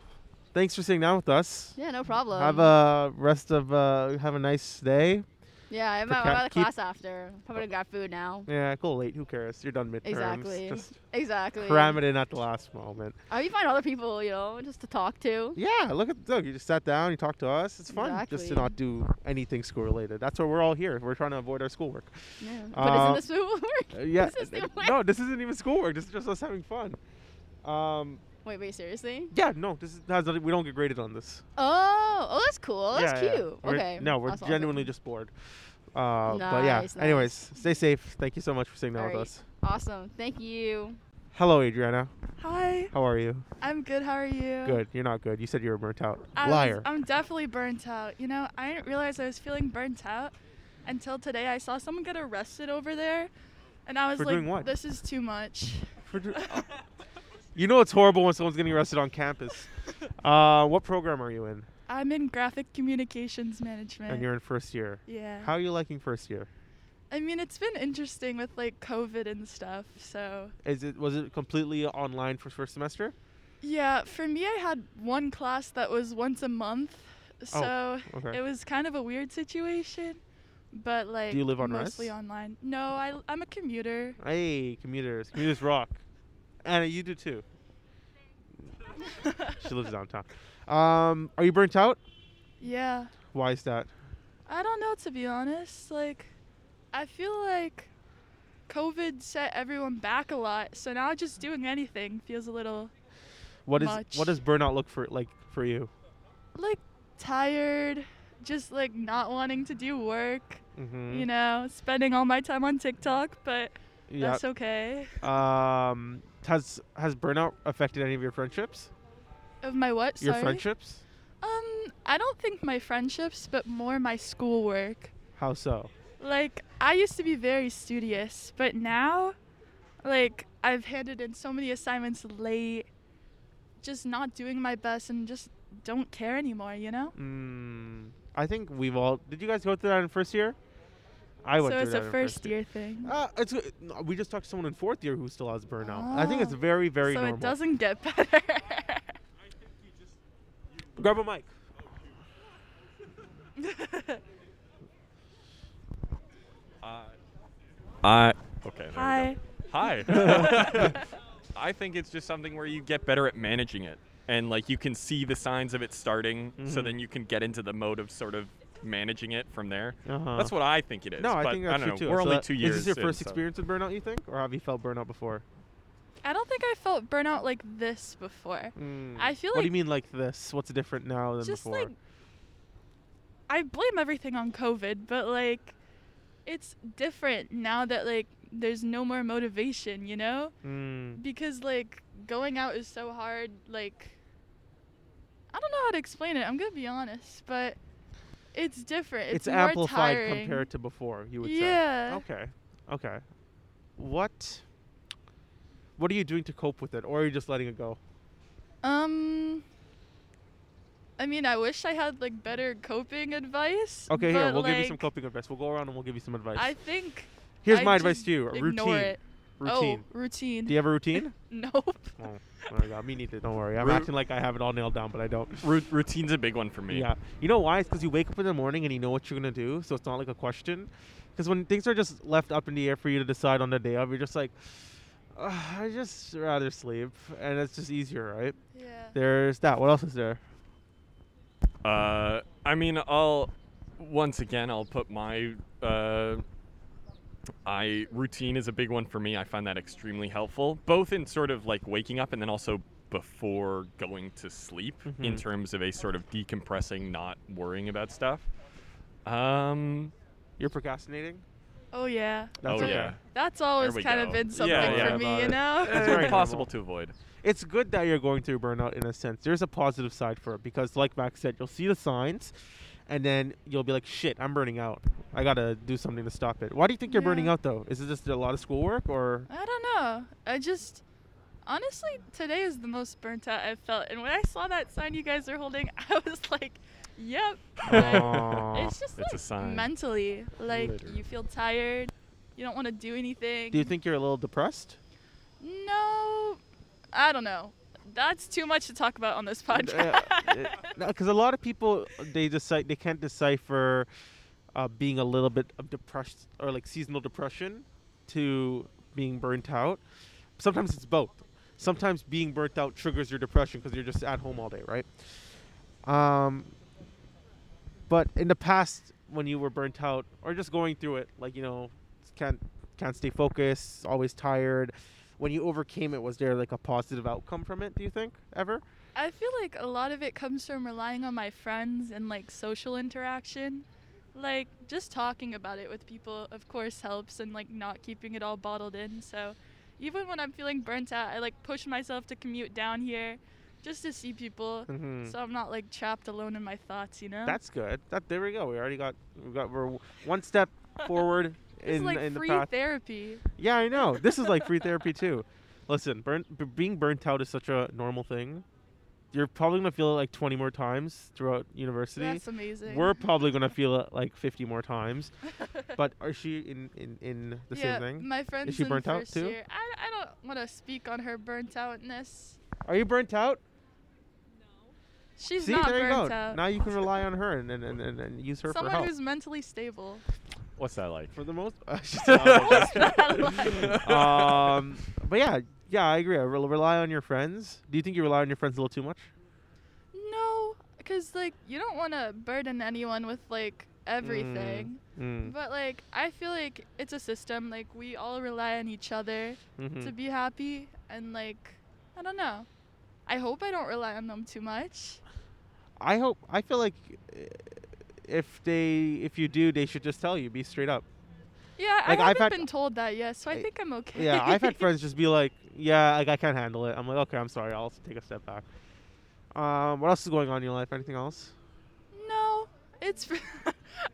S1: thanks for sitting down with us.
S8: Yeah, no problem.
S1: Have a rest of uh, have a nice day.
S8: yeah, I'm
S1: for
S8: out,
S1: cat-
S8: I'm out of
S1: keep-
S8: class after. Probably gonna grab food now.
S1: Yeah, go late. Who cares? You're done midterms.
S8: Exactly.
S1: Just
S8: Exactly.
S1: cram it in at the last moment.
S8: Oh, you find other people, you know, just to talk to.
S1: Yeah, look at look. You just sat down. You talked to us. It's fun just to
S8: Exactly.
S1: not do anything school related. That's why we're all here. We're trying to avoid our schoolwork.
S8: Yeah.
S1: Uh,
S8: But isn't this food
S1: Uh, yeah.
S8: This is
S1: uh,
S8: the way-
S1: no, this isn't even schoolwork. This is just us having fun. Um.
S8: Wait, wait, seriously?
S1: Yeah. No. This is, has nothing- we don't get graded on this.
S8: Oh, oh, that's cool. That's
S1: Yeah, yeah.
S8: cute.
S1: We're-
S8: Okay.
S1: No, we're
S8: That's awesome.
S1: genuinely just bored. Uh, But yeah.
S8: Nice, nice.
S1: Anyways, stay safe. Thank you so much for sitting down with
S8: Alright.
S1: us.
S8: Awesome. Thank you.
S1: Hello, Adriana.
S7: Hi,
S1: How are you?
S7: I'm good. How are you?
S1: Good. You're not good. You said you were burnt out.
S7: I was-
S1: Liar.
S7: I'm definitely burnt out. You know, I didn't realize I was feeling burnt out until today. I saw someone get arrested over there, and I was
S1: For
S7: like,
S1: doing what?
S7: "This is too much."
S1: For dr- oh. you know it's horrible when someone's getting arrested on campus. Uh, what program are you in?
S7: I'm in graphic communications management.
S1: And you're in first year.
S7: yeah.
S1: How are you liking first year?
S7: I mean, it's been interesting with like COVID and stuff. So
S1: Is it was it completely online for first semester?
S7: yeah, for me, I had one class that was once a month, so
S1: Oh, Okay.
S7: it was kind of a weird situation. But like,
S1: you live on res?
S7: mostly online? No, I, I'm a commuter.
S1: Hey, commuters, commuters rock. Anna, you do too. She lives downtown. Um, are you burnt out?
S9: Yeah.
S1: Why is that?
S9: I don't know to be honest. Like I feel like COVID set everyone back a lot, so now just doing anything feels a little
S1: What is
S9: Much.
S1: what does burnout look for like for you?
S9: like tired, just like not wanting to do work,
S1: Mm-hmm.
S9: you know, spending all my time on TikTok, but
S1: yeah.
S9: that's okay.
S1: um, has has burnout affected any of your friendships?
S9: Of my what?
S1: Your
S9: Sorry.
S1: friendships?
S9: Um, I don't think my friendships, but more my schoolwork.
S1: How so?
S9: Like I used to be very studious, but now like I've handed in so many assignments late, just not doing my best and just don't care anymore, you know?
S1: Mm, I think we've all. Did you guys go through that in first year? I went
S9: so
S1: through
S9: it's
S1: that
S9: a
S1: in
S9: first year thing.
S1: Uh, it's uh, no, we just talked to someone in fourth year who still has burnout. I think it's very very
S9: Oh. so
S1: normal.
S9: it doesn't get better.
S1: Grab a mic.
S4: I Uh, okay. there we go.
S9: Hi.
S4: Hi. I think it's just something where you get better at managing it. And like you can see the signs of it starting, so
S1: Mhm.
S4: then you can get into the mode of sort of managing it from there.
S1: Uh-huh.
S4: That's what I think it is.
S1: no, I
S4: but
S1: think that's
S4: I don't
S1: true
S4: know.
S1: too.
S4: We're
S1: So
S4: only
S1: that-
S4: two years.
S1: Is this your
S4: in,
S1: first
S4: so-
S1: experience with burnout? You think, or have you felt burnout before?
S9: I don't think I felt burnout like this before.
S1: Mm.
S9: I feel
S1: What do you
S9: like-
S1: mean like this? What's different now than
S9: Just
S1: before?
S9: like I blame everything on COVID, but like it's different now that like there's no more motivation, you know?
S1: mm.
S9: because like going out is so hard like i don't know how to explain it i'm gonna be honest but it's different it's,
S1: it's
S9: more
S1: amplified
S9: tiring.
S1: compared to before. You would say.
S9: yeah
S1: Okay. Okay. What? What are you doing to cope with it, or are you just letting it go?
S9: um i mean i wish i had like better coping advice
S1: Okay, here
S9: but,
S1: we'll give you some
S9: like,
S1: coping advice. We'll go around and we'll give you some advice. Oh
S9: i think
S1: Here's
S9: I
S1: my advice
S9: just
S1: to you: a
S9: ignore
S1: routine.
S9: it.
S1: Routine.
S9: oh routine
S1: Do you have a routine?
S9: nope
S1: oh my god, me neither. Don't worry. I'm
S4: Ru-
S1: acting like I have it all nailed down, but I don't.
S4: Ru- routine's a big one for me.
S1: Yeah. You know why? It's because you wake up in the morning and you know what you're gonna do, so it's not like a question. Because when things are just left up in the air for you to decide on the day of, you're just like, "Ugh, I just rather sleep, and it's just easier, right?
S9: yeah
S1: There's that. What else is there?
S4: Uh, I mean, I'll once again, I'll put my uh, I routine is a big one for me. I find that extremely helpful, both in sort of like waking up and then also before going to sleep, in
S1: Mhm.
S4: terms of a sort of decompressing, not worrying about stuff. Um,
S1: You're procrastinating.
S9: oh yeah
S1: That's
S4: oh
S1: okay.
S4: yeah,
S9: that's always
S4: we
S9: kind of
S4: go.
S9: been
S4: Yeah,
S9: something
S4: yeah.
S9: for me
S1: About
S9: you
S1: it.
S9: know
S1: It's
S4: it's
S1: very
S4: very
S1: normal.
S4: possible to avoid.
S1: It's good that you're going through burnout in a sense. There's a positive side for it because, like Max said, you'll see the signs, and then you'll be like, "Shit, I'm burning out. I gotta do something to stop it." Why do you think you're
S9: Yeah.
S1: burning out though? Is it just a lot of schoolwork or?
S9: I don't know. I just honestly today is the most burnt out I've felt, and when I saw that sign you guys are holding, I was like, "Yep." Like,
S1: Aw.
S9: it's just
S4: It's a
S9: like
S4: sign.
S9: mentally, like
S4: Literally.
S9: you feel tired, you don't want to do anything.
S1: do you think you're a little depressed?
S9: no, I don't know. That's too much to talk about on this
S1: Uh,
S9: podcast.
S1: because a lot of people they decide they can't decipher uh, being a little bit of depressed or like seasonal depression to being burnt out. Sometimes it's both. Sometimes being burnt out triggers your depression because you're just at home all day, right? Um, but in the past, when you were burnt out or just going through it, like you know, can't can't stay focused, always tired. When you overcame it, was there like a positive outcome from it? Do you think ever?
S9: I feel like a lot of it comes from relying on my friends and like social interaction. Like just talking about it with people of course helps and like not keeping it all bottled in. So even when I'm feeling burnt out, I like push myself to commute down here just to see people
S1: Mm-hmm.
S9: so I'm not like trapped alone in my thoughts, you know?
S1: That's good. That there we go. We already got we got we're w- one step forward
S9: it's
S1: in
S9: like
S1: in the
S9: free
S1: path.
S9: therapy.
S1: yeah, I know. This is like free therapy too. Listen, burn, b- being burnt out is such a normal thing. You're probably gonna feel it like 20 more times throughout university.
S9: That's amazing.
S1: We're probably gonna feel it like 50 more times. But are she in in in the
S9: yeah,
S1: same thing?
S9: My friends
S1: she
S9: in
S1: burnt out
S9: first
S1: too?
S9: year. I, I don't want to speak on her burnt outness.
S1: Are you burnt out?
S9: She's
S1: See,
S9: not
S1: there you
S9: burnt
S1: go.
S9: out.
S1: Now you can rely on her and and, and, and, and use her
S9: Someone
S1: for help.
S9: who's mentally stable.
S4: What's that like?
S1: for the most.
S9: What's that like?
S1: um, but yeah, yeah, I agree. I rel- rely on your friends. Do you think you rely on your friends a little too much?
S9: No, because like you don't want to burden anyone with like everything.
S1: Mm.
S9: But like I feel like it's a system. Like we all rely on each other
S1: Mhm.
S9: to be happy, and like I don't know. I hope I don't rely on them too much.
S1: I hope. I feel like uh, if they, if you do, they should just tell you. Be straight up.
S9: Yeah,
S1: Like, I've
S9: I haven't
S1: had-
S9: been told that yet, so I
S1: I-
S9: think I'm okay.
S1: Yeah, I've had friends just be like, "Yeah, like I can't handle it." I'm like, "Okay, I'm sorry. I'll take a step back." Um, what else is going on in your life? Anything else?
S9: No, it's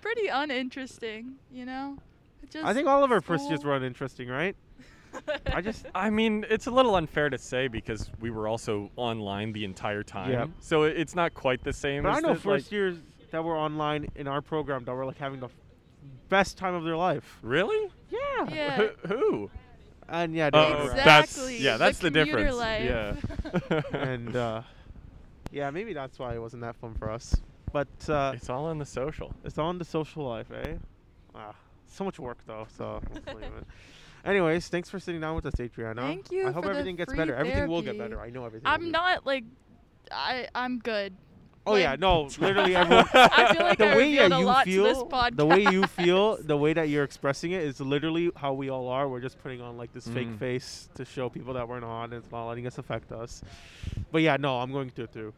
S9: pretty uninteresting, you know. It Just
S1: I think all of our first
S9: school.
S1: years were uninteresting, right? I just
S4: I mean, it's a little unfair to say because we were also online the entire time.
S1: Yep.
S4: So it- it's not quite the same.
S1: But I
S4: as
S1: know
S4: the,
S1: first
S4: like-
S1: years that were online in our program that were like having the f- best time of their life.
S4: Really?
S1: Yeah.
S9: yeah,
S4: Who- Who?
S1: And yeah, they
S4: Oh,
S1: were-
S9: Exact-
S4: That's,
S9: Exactly,
S4: yeah,
S9: the
S4: that's the,
S9: commuter
S4: difference.
S9: life.
S4: Yeah.
S1: and uh, yeah, maybe that's why it wasn't that fun for us. But uh,
S4: it's all in the social.
S1: it's on the social life, eh? Ah, so much work though. So let's leave it. Anyways, thanks for sitting down with us, Adriana.
S9: Thank you
S1: I hope
S9: for the
S1: everything gets
S9: free
S1: better. Everything will get
S9: therapy.
S1: better. I know everything. will
S9: I'm
S1: be-
S9: not like I I'm good.
S1: Oh yeah,
S9: like-
S1: no, literally everyone.
S9: I feel like
S1: the
S9: I
S1: way
S9: revealed
S1: that
S9: a
S1: you
S9: lot
S1: feel,
S9: to this podcast.
S1: the way you feel, the way that you're expressing it is literally how we all are. We're just putting on like this fake
S4: Mm.
S1: face to show people that we're not. and It's not letting us affect us. But yeah, no, I'm going through through.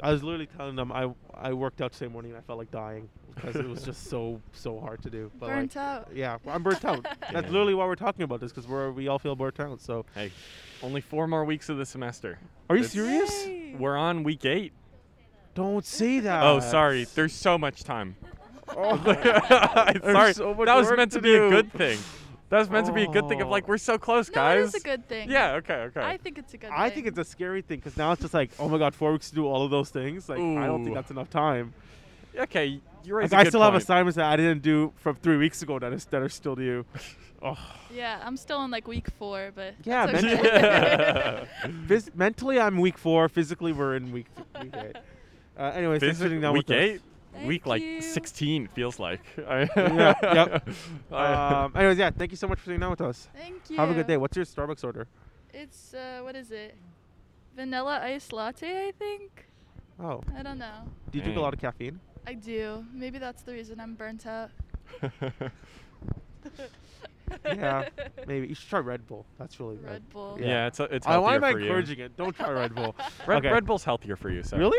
S1: I was literally telling them I I worked out today morning. and I felt like dying because it was just so so hard to do. But like,
S9: burnt out.
S1: yeah, I'm burnt out. That's
S4: Yeah.
S1: literally why we're talking about this because we're we all feel burnt out. So
S4: Hey, only four more weeks of the semester.
S1: are you
S4: It's-
S1: serious?
S9: Yay.
S4: We're on week eight.
S1: Don't say that.
S4: Oh, sorry. There's so much time.
S1: Oh.
S4: sorry.
S1: so much
S4: that was
S1: work
S4: meant
S1: to
S4: to be a
S1: do.
S4: good thing. That was meant to be a good thing of
S1: Oh.
S4: like we're so close,
S9: No, it
S4: guys.
S9: is a good thing.
S4: Yeah. Okay. Okay. Ah.
S9: I think it's a good.
S1: I
S9: thing.
S1: think it's a scary thing because now it's just like, oh my god, four weeks to do all of those things. Like, I don't think
S4: Ooh.
S1: that's enough time.
S4: okay. You're
S1: Like,
S4: right.
S1: I still have assignments that I didn't do from three weeks ago that is that are still due. oh,
S9: yeah. I'm still in like week four, but
S1: Yeah,
S9: that's okay.
S4: Yeah.
S1: phys- mentally I'm week four. Physically, we're in week week eight. Uh, anyways, thanks for sitting down
S4: week
S1: with us.
S4: eight.
S9: Thank
S4: week like
S9: you.
S4: 16 feels like.
S1: Yeah, yep. Um, anyways, yeah, thank you so much for sitting down with us.
S9: Thank you.
S1: Have a good day. What's your Starbucks order?
S9: It's uh, what is it? Vanilla iced latte, I think.
S1: Oh,
S9: I don't know.
S1: do you drink a
S4: Dang.
S1: lot of caffeine?
S9: I do. Maybe that's the reason I'm burnt out.
S1: Yeah, Maybe you should try Red Bull. That's really good.
S9: Red Bull.
S1: Yeah.
S4: yeah. it's a,
S6: uh,
S4: it's
S1: I
S4: healthier
S1: Uh, why am I
S4: for you.
S1: encouraging it? Don't try Red Bull.
S4: Red,
S1: Okay.
S4: Red Bull's healthier for you. So.
S1: Really?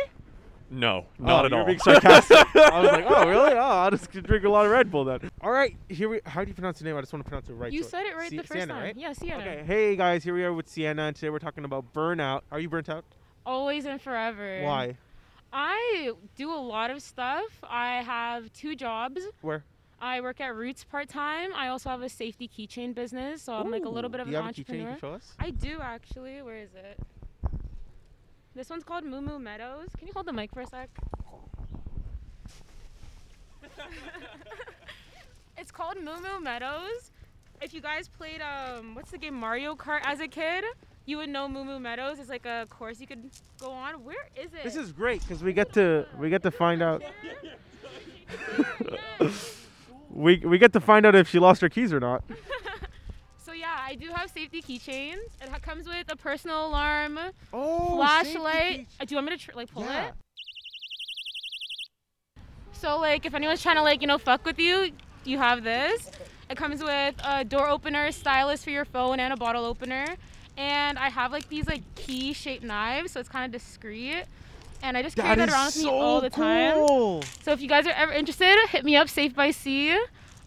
S4: No, not
S1: Oh,
S4: at
S1: you were
S4: all.
S1: being sarcastic. I was like, oh, really? Oh, I'll just drink a lot of Red Bull then. All right, here we. How do you pronounce your name? I just want to pronounce it right.
S10: You
S1: so-
S10: said it right
S1: Sie-
S10: the first
S1: Sienna,
S10: time.
S1: right?
S10: Yeah, Sienna.
S1: Okay, hey guys, here we are with Sienna, and today we're talking about burnout. Are you burnt out?
S10: Always and forever.
S1: Why?
S10: I do a lot of stuff. I have two jobs.
S1: Where?
S10: I work at Roots part time. I also have a safety keychain business, so I'm like a little
S1: Ooh,
S10: bit of
S1: do you
S10: an
S1: have a keychain you
S10: entrepreneur.
S1: can show us?
S10: I do actually. Where is it? This one's called Moo Moo Meadows. Can you hold the mic for a sec? it's called Moo Moo Meadows. If you guys played um, what's the game Mario Kart as a kid, you would know Moo Moo Meadows. It's like a course you could go on. Where is it?
S1: This is great because we get to we get to find out. we we get to find out if she lost her keys or not.
S10: so yeah, I do have safety keychains. It ha- comes with a personal alarm,
S1: Oh,
S10: flashlight. Uh, do you want me to tr- like pull
S1: Yeah.
S10: it? So like if anyone's trying to like you know fuck with you, you have this. It comes with a door opener, stylus for your phone, and a bottle opener. And I have like these like key shaped knives, so it's kind of discreet. And I just carry
S1: That
S10: that
S1: is
S10: around with me all
S1: so
S10: the time.
S1: cool.
S10: So if you guys are ever interested, hit me up, Safe by Sea.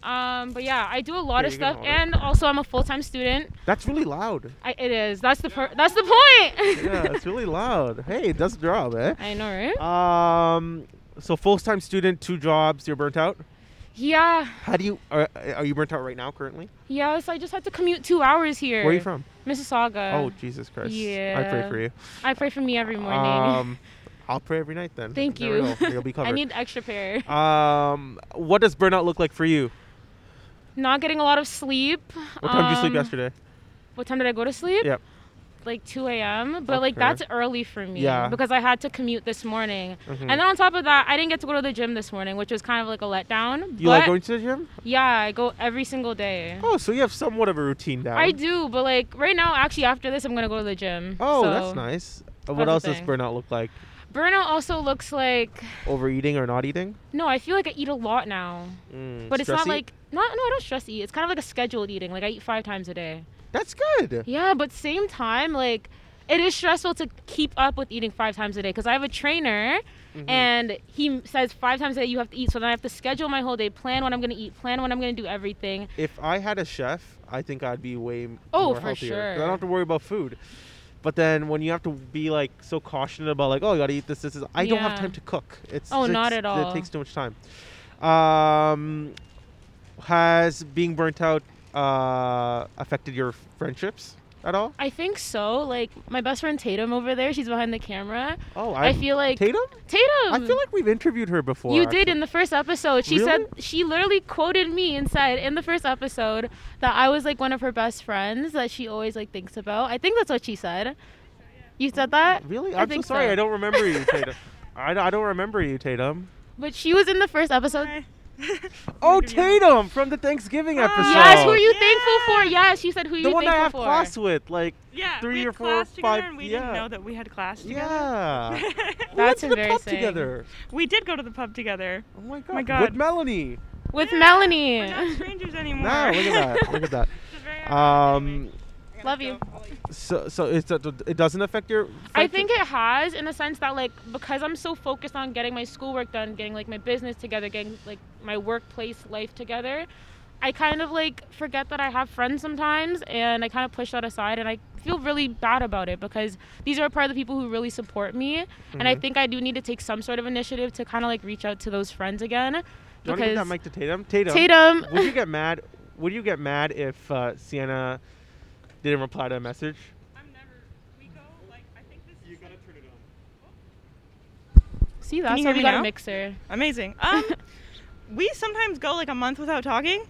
S10: Um, but yeah, I do a lot
S1: Here,
S10: of
S1: you can
S10: stuff,
S1: hold it.
S10: and also I'm a full-time student.
S1: That's really loud.
S10: I, it is. That's the per- that's the point.
S1: Yeah, it's really loud. Hey, it does the job, eh?
S10: I know, right?
S1: Um, so full-time student, two jobs. You're burnt out.
S10: Yeah,
S1: How do you are, are you burnt out right now currently?
S10: yeah. So I just had to commute two hours here.
S1: Where are you from?
S10: Mississauga.
S1: oh Jesus Christ! I pray
S10: yeah.
S1: for you.
S10: I pray for me every morning.
S1: Um, I'll pray every night then.
S10: Thank
S1: There
S10: you.
S1: we go. You'll be covered.
S10: I need extra pair.
S1: um, what does burnout look like for you?
S10: Not getting a lot of sleep.
S1: What time did you sleep
S10: Um,
S1: yesterday?
S10: What time did I go to sleep?
S1: Yep.
S10: Like 2 a.m. But like
S1: Okay.
S10: that's early for me.
S1: Yeah.
S10: Because I had to commute this morning.
S1: Mhm.
S10: And then on top of that, I didn't get to go to the gym this morning, which was kind of like a letdown.
S1: you
S10: but
S1: like going to the gym?
S10: yeah, I go every single day.
S1: Oh, so you have somewhat of a routine now.
S10: I do, but like right now, actually after this, I'm gonna go to the gym.
S1: Oh,
S10: so.
S1: that's nice. Uh,
S10: that's
S1: What
S10: a
S1: else does
S10: thing.
S1: burnout look like?
S10: Burnout also looks like
S1: Overeating or not eating?
S10: no. I feel like I eat a lot now,
S1: Mm,
S10: but it's not
S1: stress eat?
S10: like not. No, I don't stress eat. It's kind of like a scheduled eating. Like I eat five times a day.
S1: that's good.
S10: Yeah, but same time, like it is stressful to keep up with eating five times a day because I have a trainer
S1: Mhm.
S10: and he m- says five times a day you have to eat. So then I have to schedule my whole day, plan what I'm gonna eat, plan when I'm gonna do everything.
S1: if I had a chef, I think I'd be way m-
S10: Oh,
S1: more
S10: for
S1: healthier. 'cause I
S10: sure.
S1: don't have to worry about food. But then when you have to be like so cautioned about like, oh, you gotta eat this, this, this. I don't have
S10: Yeah.
S1: time to cook. It's
S10: Oh,
S1: it's-
S10: not
S1: It
S10: at all.
S1: takes too much time. Um, has being burnt out uh, affected your friendships at all?
S10: I think so. Like my best friend Tatum over there, she's behind the camera.
S1: Oh,
S10: i
S1: I,
S10: feel like
S1: Tatum.
S10: Tatum.
S1: I feel like we've interviewed her before.
S10: you did in the first episode. She
S1: Really?
S10: said she literally quoted me and said in the first episode that I was like one of her best friends that she always like thinks about. I think that's what she said. You said that?
S1: actually. Really?
S10: I
S1: I'm
S10: think
S1: so sorry.
S10: so.
S1: I don't remember you, Tatum. I, don't- I don't remember you, Tatum.
S10: But she was in the first episode.
S1: Oh, Tatum from the Thanksgiving episode.
S10: Yes, who are you thankful for? Yes, she said who
S1: the
S10: you
S1: one I
S10: thankful
S1: have
S10: for.
S1: class with, like
S11: Yeah,
S1: Three
S11: we had
S1: or four,
S11: class together
S1: five-
S11: and we
S1: yeah.
S11: didn't know that we had class together.
S1: yeah. we went
S10: That's
S1: to the pub
S10: embarrassing.
S1: together.
S11: we did go to the pub together.
S1: Oh my god.
S11: God.
S1: With Melanie.
S10: With
S11: Yeah,
S10: Melanie.
S11: We're not strangers anymore.
S1: Nah, look at that. Look at that.
S11: It's very ironic.
S1: Um,
S10: Love you.
S1: so so it's a, it doesn't affect your.
S10: I think it has in the sense that like because I'm so focused on getting my schoolwork done, getting like my business together, getting like my workplace life together, I kind of like forget that I have friends sometimes and I kind of push that aside and I feel really bad about it because these are part of the people who really support me and I
S1: Mhm.
S10: think I do need to take some sort of initiative to kind of like reach out to those friends again
S1: Do you want to give that
S10: because
S1: mic to Tatum? Tatum.
S10: Tatum
S1: Would you get mad? Would you get mad if uh, Sienna didn't reply to a message?
S11: I'm never. We go like I think this. is like-
S10: See that's
S11: you
S10: why
S11: hear
S10: we
S11: me
S10: got a
S11: now?
S10: mixer.
S11: Amazing. Um, we sometimes go like a month without talking,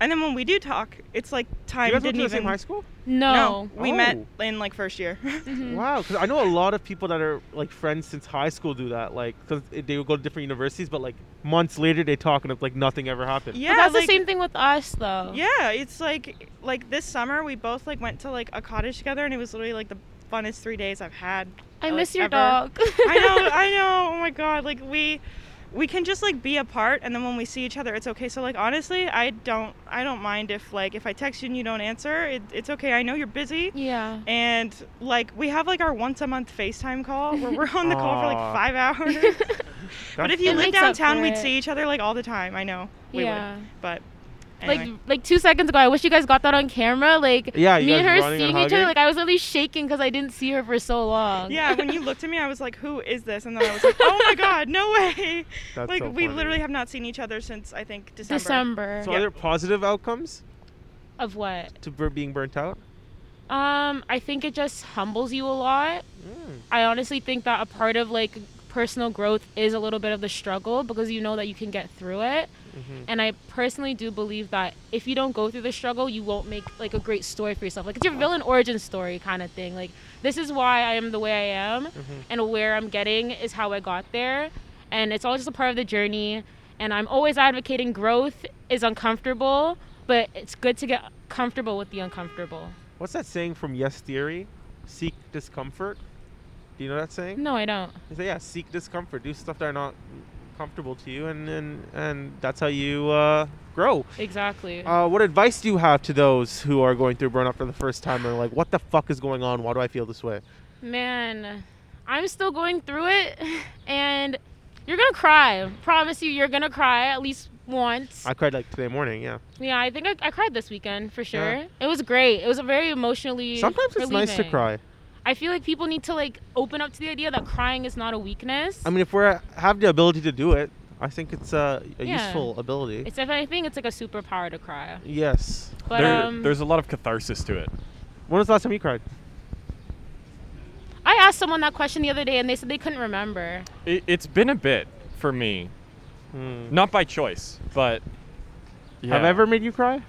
S11: and then when we do talk, it's like time
S1: you guys went
S11: didn't
S1: to the
S11: even.
S1: same high school?
S10: No.
S11: we met
S1: Oh.
S11: in like first year.
S10: Mhm.
S1: Wow, because I know a lot of people that are like friends since high school do that. Like, because they would go to different universities, but like months later they talk and it's like nothing ever happened.
S11: yeah,
S10: But that's
S11: like,
S10: the same thing with us though.
S11: Yeah, it's like like this summer we both like went to like a cottage together, and it was literally like the funnest three days I've had.
S10: I
S11: like,
S10: miss your
S11: ever.
S10: dog.
S11: I know, I know. Oh my god, like we we can just like be apart and then when we see each other it's okay. So like honestly, I don't I don't mind if like if I text you and you don't answer, it, it's okay. I know you're busy.
S10: Yeah.
S11: And like we have like our once a month FaceTime call where we're on the call for
S1: Aw.
S11: like 5 hours. but if you
S10: It
S11: live
S10: makes up
S11: downtown,
S10: for
S11: we'd
S10: it.
S11: see each other like all the time. I know. We
S10: yeah.
S11: would. But
S10: Like
S11: anyway.
S10: like two seconds ago, I wish you guys got that on camera. Like
S1: Yeah, you
S10: me
S1: guys
S10: and her
S1: running and
S10: seeing each
S1: hugging?
S10: other, like I was really shaking because I didn't see her for so long.
S11: yeah, when you looked at me, I was like, "Who is this?" And then I was like, "Oh my God, no way!"
S1: That's
S11: like
S1: so
S11: we
S1: funny.
S11: literally have not seen each other since I think December.
S10: December
S1: So
S11: Yeah.
S1: are there positive outcomes
S10: of what?
S1: to bur- being burnt out?
S10: Um, I think it just humbles you a lot.
S1: Mm.
S10: I honestly think that a part of like personal growth is a little bit of the struggle because you know that you can get through
S11: Mm.
S10: it.
S1: Mhm.
S10: And I personally do believe that if you don't go through the struggle, you won't make like a great story for yourself. Like it's your villain origin story kind of thing. Like this is why I am the way I am and where I'm getting is how I got there. And it's all just a part of the journey. And I'm always advocating growth is uncomfortable, but it's good to get comfortable with the uncomfortable.
S1: What's that saying from Yes Theory? Seek discomfort. Do you know that saying?
S10: No, I don't.
S1: They say, yeah, seek discomfort. Do stuff that are not comfortable to you, and and, and that's how you uh, grow.
S10: Exactly.
S1: Uh, what advice do you have to those who are going through burnout for the first time and are like, what the fuck is going on? Why do I feel this way?
S10: Man, I'm still going through it, and you're gonna cry. Promise you, you're gonna cry at least once.
S1: I cried like today morning. Yeah.
S10: yeah, I think I, I cried this weekend for sure. It was great. It was a very emotionally.
S1: Sometimes it's nice to
S10: relieving.
S1: cry.
S10: I feel like people need to like open up to the idea that crying is not a weakness.
S1: I mean, if we have the ability to do it, I think it's uh, a
S10: Yeah.
S1: useful ability.
S10: it's if anything, it's like a superpower to cry.
S1: yes.
S10: But
S6: there,
S10: um,
S6: there's a lot of catharsis to it.
S1: When was the last time you cried?
S10: I asked someone that question the other day, and they said they couldn't remember.
S4: It, it's been a bit for me,
S1: Hmm.
S6: Not by choice, but yeah.
S1: Have I ever made you cry?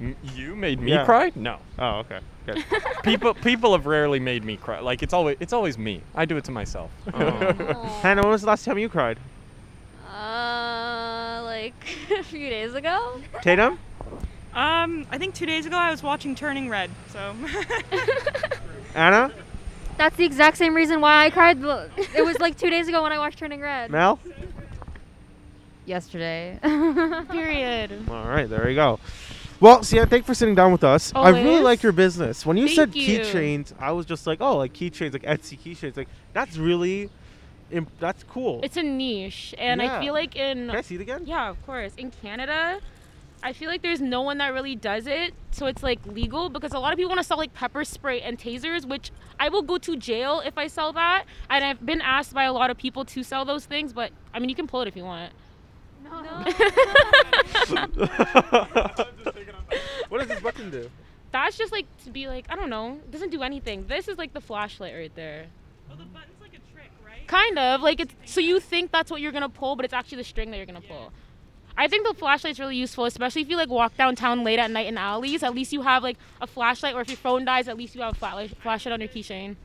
S6: M- you made me
S1: Yeah.
S6: cry? No.
S1: Oh, okay. Good.
S6: People people have rarely made me cry. Like it's always it's always me. I do it to myself.
S3: Aw.
S1: Oh. Hannah, when was the last time you cried?
S3: Uh, like a few days ago.
S1: Tatum?
S11: Um, I think two days ago I was watching Turning Red. So
S1: Anna?
S2: That's the exact same reason why I cried. l- It was like two days ago when I watched Turning Red.
S1: Mel?
S5: yesterday.
S10: Period.
S1: All right, there we go. Well, Sian, thank you for sitting down with us. I really
S10: Always.
S1: like your business. When you
S10: Thank
S1: said
S10: you.
S1: keychains, I was just like, oh, like keychains, like Etsy keychains. Like, that's really, imp- that's cool.
S10: It's a niche, and
S1: Yeah.
S10: I feel like in
S1: Can I see it again?
S10: yeah, of course, in Canada, I feel like there's no one that really does it, so it's like legal because a lot of people want to sell like pepper spray and tasers, which I will go to jail if I sell that, and I've been asked by a lot of people to sell those things, but I mean you can pull it if you want.
S1: what does this button do?
S10: That's just like to be like I don't know, it doesn't do anything. This is like the flashlight right there. Kind of like it's so you think that's what you're gonna pull, but it's actually the string that you're gonna pull. I think the flashlight's really useful, especially if you like walk downtown late at night in alleys. At least you have like a flashlight, or if your phone dies, at least you have a flashlight, flashlight on your keychain.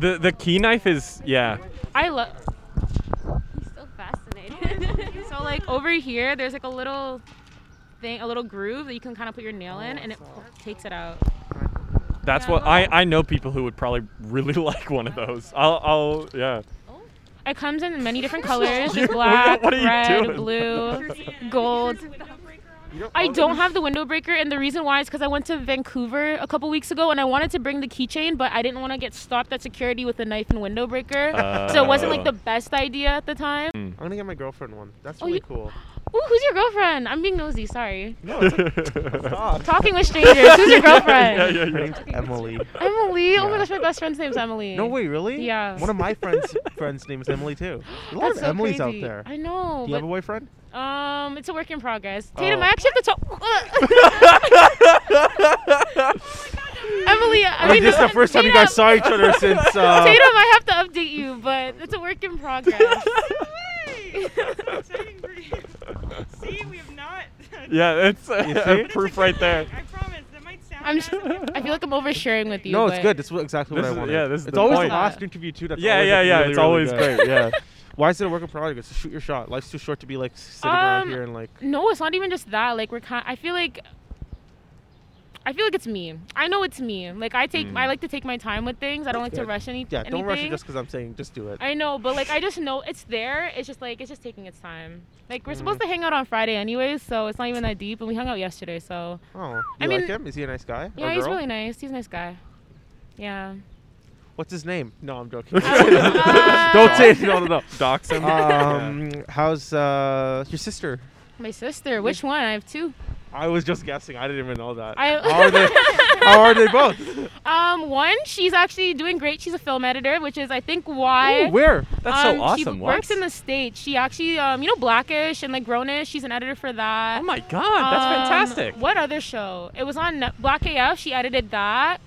S6: The the key knife is yeah.
S10: I love.
S3: So fascinated.
S10: So like over here, there's like a little thing, a little groove that you can kind of put your nail in, and it takes it out.
S6: That's
S10: Yeah,
S6: what I I know people who would probably really like one of those. I'll I'll yeah.
S10: It comes in many different colors:
S6: You-
S10: there's black,
S6: what are you
S10: red,
S6: doing?
S10: blue, gold.
S1: You don't
S10: I
S1: own
S10: don't
S1: it?
S10: have the window breaker, and the reason why is because I went to Vancouver a couple weeks ago, and I wanted to bring the keychain, but I didn't want to get stopped at security with a knife and window breaker, so it wasn't
S6: Oh.
S10: like the best idea at the time.
S6: Hmm.
S1: I'm gonna get my girlfriend one. That's
S10: Oh,
S1: really
S10: you-
S1: cool.
S10: Ooh, who's your girlfriend? I'm being nosy. Sorry.
S1: No, it's like, stop.
S10: Talking with strangers. Who's your girlfriend?
S6: Yeah, yeah,
S1: Her
S6: yeah.
S1: name's Emily.
S10: Emily. Oh
S1: Yeah.
S10: my gosh, my best friend's name's Emily.
S1: No way, really?
S10: Yeah.
S1: One of my friends' friends' name is Emily too. A lot
S10: That's
S1: of
S10: so
S1: Emilys out
S10: crazy.
S1: there.
S10: I know,
S1: Do you have a boyfriend?
S10: but um, it's a work in progress. Tatum,
S1: Oh.
S10: I actually have to talk. Emily, I
S1: like
S10: mean,
S1: this is the first time you guys
S10: Tatum-
S1: saw each other since. Uh,
S10: Tatum, I have to update you, but it's a work in progress.
S11: See, we have not.
S6: Yeah, it's
S1: You see?
S6: proof right there.
S11: I promise. That might sound.
S10: I'm just, I feel like I'm oversharing with you.
S1: no, it's
S10: but-
S1: good. This is exactly
S6: This
S1: what I
S6: is-
S1: wanted.
S6: yeah, this is
S1: it's
S6: the
S1: always
S6: point.
S1: the last interview too. That's
S6: Yeah,
S1: always,
S6: yeah,
S1: like,
S6: yeah.
S1: really,
S6: it's
S1: really
S6: always
S1: good.
S6: great. Yeah.
S1: Why is it a work in progress? Just shoot your shot. Life's too short to be like sitting around
S10: Um,
S1: here and like.
S10: No, it's not even just that. Like we're kind. I feel like. I feel like it's me. I know it's me. Like I take.
S6: Mm.
S10: I like to take my time with things. I don't like
S1: good.
S10: to rush any.
S1: Yeah, don't rush it
S10: anything.
S1: just because I'm saying. Just do it.
S10: I know, but like I just know it's there. It's just like it's just taking its time. Like we're
S1: Mm.
S10: supposed to hang out on Friday anyways, so it's not even that deep. And we hung out yesterday, so
S1: Oh, you
S10: I
S1: like
S10: mean-
S1: him? Is he a nice guy?
S10: yeah,
S1: or
S10: he's
S1: girl?
S10: really nice. He's a nice guy. Yeah.
S1: What's his name? No, I'm joking.
S10: Uh,
S1: don't say it. No, no, no.
S6: Dox him.
S1: Um, how's uh your sister?
S10: My sister. Which one? I have two.
S1: I was just guessing. I didn't even know that.
S10: I-
S1: how, are they, how are they both?
S10: Um, one. She's actually doing great. She's a film editor, which is I think why.
S1: Ooh, where?
S6: That's so
S10: um, She
S6: awesome.
S10: works
S6: What?
S10: in the states. She actually, um, you know, Blackish and like Grownish. She's an editor for that.
S6: Oh my god, that's
S10: Um,
S6: fantastic.
S10: What other show? It was on Net- Black AF. She edited that.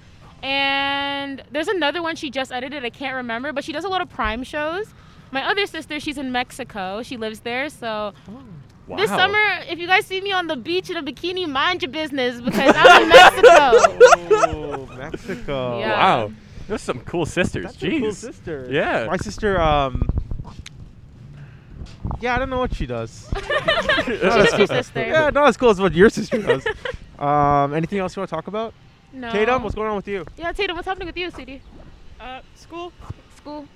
S10: And there's another one she just edited. I can't remember, but she does a lot of prime shows. My other sister, she's in Mexico. She lives there. So
S6: Oh, Wow.
S10: this summer, if you guys see me on the beach in a bikini, mind your business because I'm in Mexico.
S1: Oh, Mexico.
S10: Yeah.
S6: Wow. There's some cool sisters.
S1: That's
S6: Jeez.
S1: a cool sister.
S6: Yeah.
S1: My sister, um. Yeah, I don't know what she does.
S10: She's just your sister.
S1: yeah, not as cool as what your sister does. um, anything else you want to talk about?
S10: No.
S1: Tatum, what's going on with you?
S10: yeah, Tatum, what's happening with you, sweetie?
S11: Uh, school.
S10: School,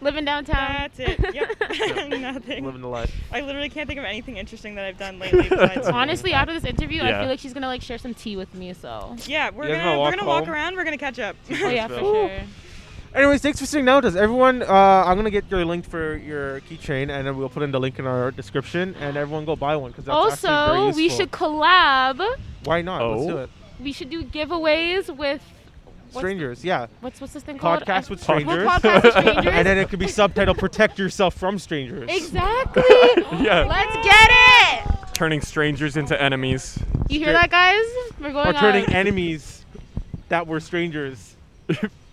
S10: living downtown.
S11: That's it. Yep. Nothing.
S1: Living the life.
S11: I literally can't think of anything interesting that I've done lately. Besides
S10: Honestly, after this interview, I
S6: Yeah.
S10: feel like she's gonna like share some tea with me. So,
S11: yeah, we're
S1: You guys
S11: gonna,
S1: wanna
S11: we're
S1: walk
S11: gonna walk
S1: home?
S11: around. We're gonna catch up.
S10: oh yeah, for
S1: Ooh.
S10: sure.
S1: Anyways, thanks for sitting down with us. Everyone, uh, I'm going to get your link for your keychain and then we'll put in the link in our description and everyone go buy one because that's actually very
S10: also, we
S1: useful.
S10: should collab.
S1: Why not? Let's
S6: Oh.
S1: do it.
S10: We should do giveaways with What's-
S1: Strangers, yeah.
S10: what's what's this thing called?
S1: Podcast
S10: I-
S1: with
S10: Well,
S1: strangers.
S10: podcast with strangers.
S1: and then it could be subtitled Protect Yourself from Strangers.
S10: exactly.
S6: Yeah.
S10: Let's get it.
S6: Turning strangers into enemies.
S10: You hear that, guys? We're
S1: Or
S10: going
S1: turning
S10: out.
S1: enemies that were strangers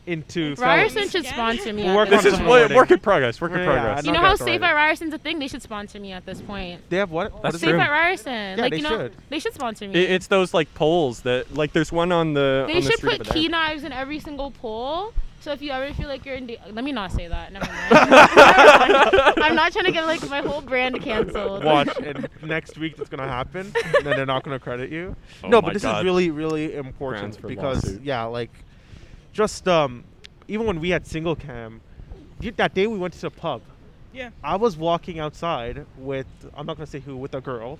S1: into felons.
S10: Ryerson should sponsor me.
S1: We'll
S10: at
S1: work
S10: this
S1: on
S6: This is
S1: some
S10: point.
S1: more.
S6: wo- work in progress. Work in
S1: Yeah,
S6: progress.
S1: I
S10: You know
S1: Knock
S10: how
S1: out the
S10: Safe
S1: Ryerson.
S10: at Ryerson's a thing? They should sponsor me at this point.
S1: They have what? what
S6: That's
S1: is
S10: Safe
S6: true.
S1: it?
S10: at Ryerson.
S1: Yeah,
S10: like
S1: they
S10: you know,
S1: should.
S10: they should sponsor me.
S6: It, it's those like poles that like there's one on the.
S10: They
S6: on the
S10: should
S6: street
S10: put
S6: over
S10: key
S6: there.
S10: knives in every single pole So if you ever feel like you're in, da- let me not say that. Never mind. I'm not trying to get like my whole brand canceled.
S1: Watch, and next week it's gonna happen, and then they're not gonna credit you.
S6: Oh
S1: no,
S6: my
S1: but this
S6: God.
S1: is really, really
S6: Grounds
S1: important
S6: for
S1: because
S6: lawsuit.
S1: yeah, like, just um, even when we had single cam, you- that day we went to the pub.
S11: Yeah.
S1: I was walking outside with I'm not gonna say who with a girl,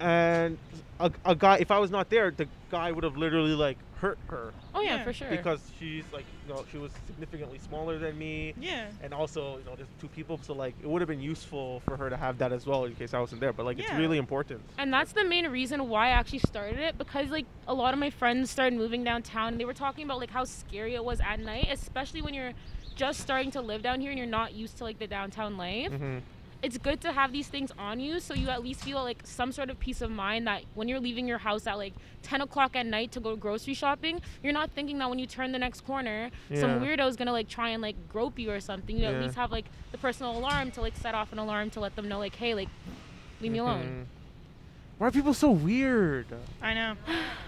S1: and a, a guy. If I was not there, the guy would have literally like hurt her
S10: Oh yeah,
S11: Yeah,
S10: for sure.
S1: because she's like you know she was significantly smaller than me
S11: Yeah.
S1: and also you know there's two people so like it would have been useful for her to have that as well in case i wasn't there but like it's
S11: Yeah.
S1: really important
S10: And that's the main reason why I actually started it because like a lot of my friends started moving downtown and they were talking about like how scary it was at night, especially when you're just starting to live down here and you're not used to like the downtown life.
S1: mm-hmm.
S10: It's good to have these things on you so you at least feel like some sort of peace of mind that when you're leaving your house at like 10 o'clock at night to go grocery shopping, you're not thinking that when you turn the next corner, some
S1: Yeah.
S10: weirdo is gonna like try and like grope you or something. You at
S1: Yeah.
S10: least have like the personal alarm to like set off an alarm to let them know like, hey, like leave
S1: Mm-hmm.
S10: me alone.
S1: why are people so weird
S11: I know.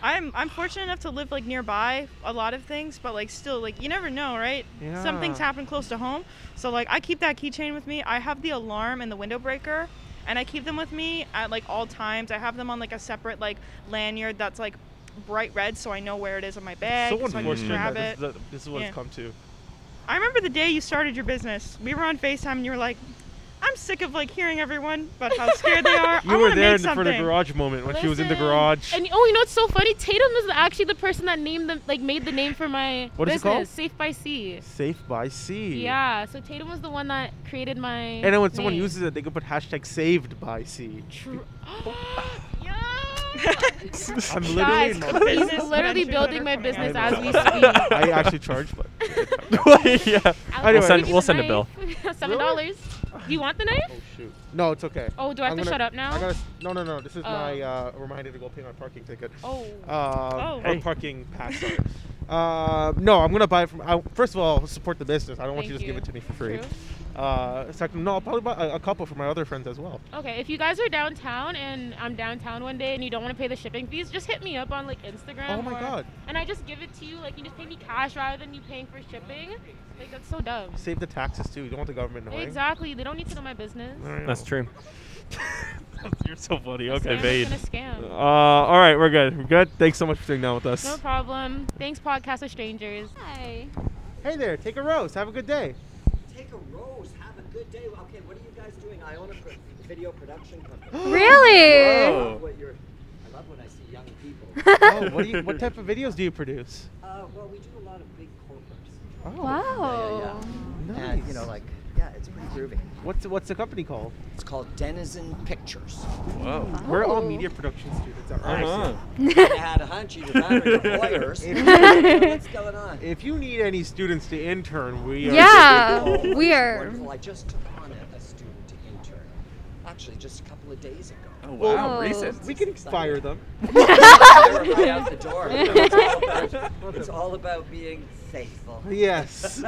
S11: I'm I'm fortunate enough to live like nearby a lot of things, but like still like you never know, right? Some things
S1: Yeah.
S11: happen close to home. So like I keep that keychain with me. I have the alarm and the window breaker and I keep them with me at like all times. I have them on like a separate like lanyard that's like bright red so I know where it is on my bag.
S1: so
S11: so I can
S1: unfortunate
S11: grab
S1: that
S11: it.
S1: this, is the- this is what
S11: Yeah.
S1: it's come to
S11: I remember the day you started your business. We were on FaceTime and you were like, I'm sick of like hearing everyone about how scared they are. I
S1: you were
S11: wanna
S1: there
S11: make
S1: in the, for the
S11: something."
S1: garage moment when she was in the
S10: Listen,
S1: garage
S10: And oh, you know what's so funny? Tatum is actually the person that named the like made the name for my
S1: What is it
S10: business,
S1: called?
S10: Safe by Sea.
S1: safe by sea
S10: Yeah, so Tatum was the one that created my.
S1: and then when someone
S10: name.
S1: uses it they could put hashtag saved by sea
S10: True.
S1: i'm literally
S10: Guys,
S1: not
S10: he's
S11: Business
S10: literally
S11: venture
S10: building my
S11: letter
S10: business
S11: coming
S10: as
S1: out.
S10: we speak.
S1: i actually charged but
S6: yeah.
S1: Anyway.
S6: send- we'll send a bill.
S10: Seven dollars. Do you want the knife?
S1: oh shoot no it's okay
S10: Oh, do I have
S1: I'm
S10: to
S1: gonna-
S10: shut up now?
S1: I gotta, s- no, no, no. This is
S10: Oh.
S1: my uh, reminder to go pay my parking ticket.
S10: oh.
S1: Uh,
S11: Oh.
S1: Or
S6: Hey.
S1: parking pass. sorry. uh, no, I'm gonna buy it from. I, first of all, support the business. I don't want you to just
S10: Thank
S1: give
S10: you.
S1: it to me for free.
S10: True.
S1: Uh, second, no, I'll probably buy a, a couple for my other friends as well.
S10: Okay, if you guys are downtown and I'm downtown one day and you don't want to pay the shipping fees, just hit me up on like Instagram.
S1: oh my
S10: or-
S1: God,
S10: And I just give it to you, like you just pay me cash rather than you paying for shipping. Like that's so dumb.
S1: save the taxes too. You don't want the government knowing.
S10: Exactly. They don't need to know my business.
S6: That's true.
S1: You're so funny.
S10: A
S1: Okay.
S10: scammer's
S6: evade.
S10: gonna
S1: Uh,
S10: scam.
S1: all right, we're good. We're good. Thanks so much for sitting down with us.
S10: No problem. Thanks, podcast with strangers.
S3: Hi.
S1: Hey there. Take a roast. Have a good day.
S12: Take a rose. Have a good day. Okay, what are you guys doing? I own a pro- video production company. I
S2: Really?
S12: love what you're. I love when I see young people.
S1: oh, what, do you, what type of videos do you produce?
S12: Uh, well, we do a lot of big corporates.
S1: Oh,
S2: Wow.
S12: And, you know,
S1: Nice.
S12: like, yeah, it's pretty groovy.
S1: What's what's the company called?
S12: It's called Denizen Pictures.
S6: Whoa.
S1: We're all
S2: Oh.
S1: media production students. At
S6: Uh-huh.
S1: RIC.
S12: I had a hunch you devour your voyeurs. What's going on?
S1: If you need any students to intern, we are.
S2: Yeah.
S12: Oh, it's
S2: Weird.
S12: Wonderful. I just took on a, a student to intern. Actually, just a couple of days ago.
S6: Oh,
S1: Well,
S6: wow.
S2: Oh.
S6: Recent.
S1: We can fire them.
S12: They were right out the door. It's all about, it's all about being faithful.
S1: Yes.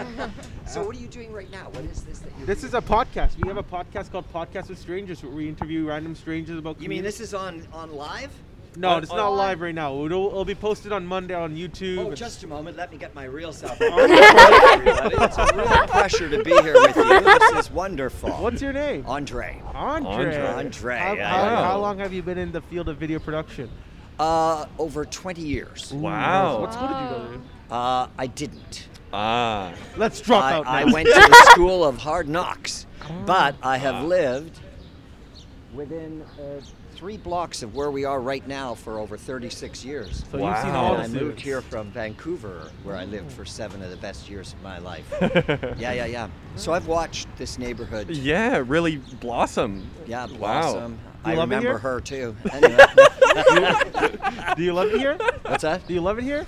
S12: So, what are you doing right now? What is this that you're
S1: this is a podcast. We have a podcast called Podcast with Strangers where we interview random strangers about.
S12: You mean
S1: community-
S12: this is on on live?
S1: No, it's not live right now. It'll, it'll be posted on Monday on YouTube.
S12: Oh,
S1: It's-
S12: just a moment. Let me get my real self. on. Everybody, it's a real pleasure to be here with you. This is wonderful.
S1: What's your name?
S12: Andre?
S1: Andre.
S12: Andre,
S1: How,
S12: yeah,
S1: how-
S6: yeah.
S1: how long have you been in the field of video production?
S12: Uh, over 20 years.
S6: Wow.
S1: What school did you go
S12: Uh, I didn't.
S6: Ah.
S1: to? Let's drop
S12: I,
S1: out.
S12: I
S1: now.
S12: went to the school of hard knocks,
S1: Oh.
S12: but I
S1: Ah.
S12: have lived within uh, three blocks of where we are right now for over 36 years.
S1: So you've seen all
S12: And
S1: the
S12: I moved
S1: students.
S12: here from Vancouver, where I lived for seven of the best years of my life. yeah, yeah, yeah. So I've watched this neighborhood.
S6: Yeah, really blossom.
S12: Yeah,
S6: Wow.
S12: Blossom. I
S1: You love it here?
S12: remember her too. Anyway,
S1: Do you love it here?
S12: what's that?
S1: Do you love it here?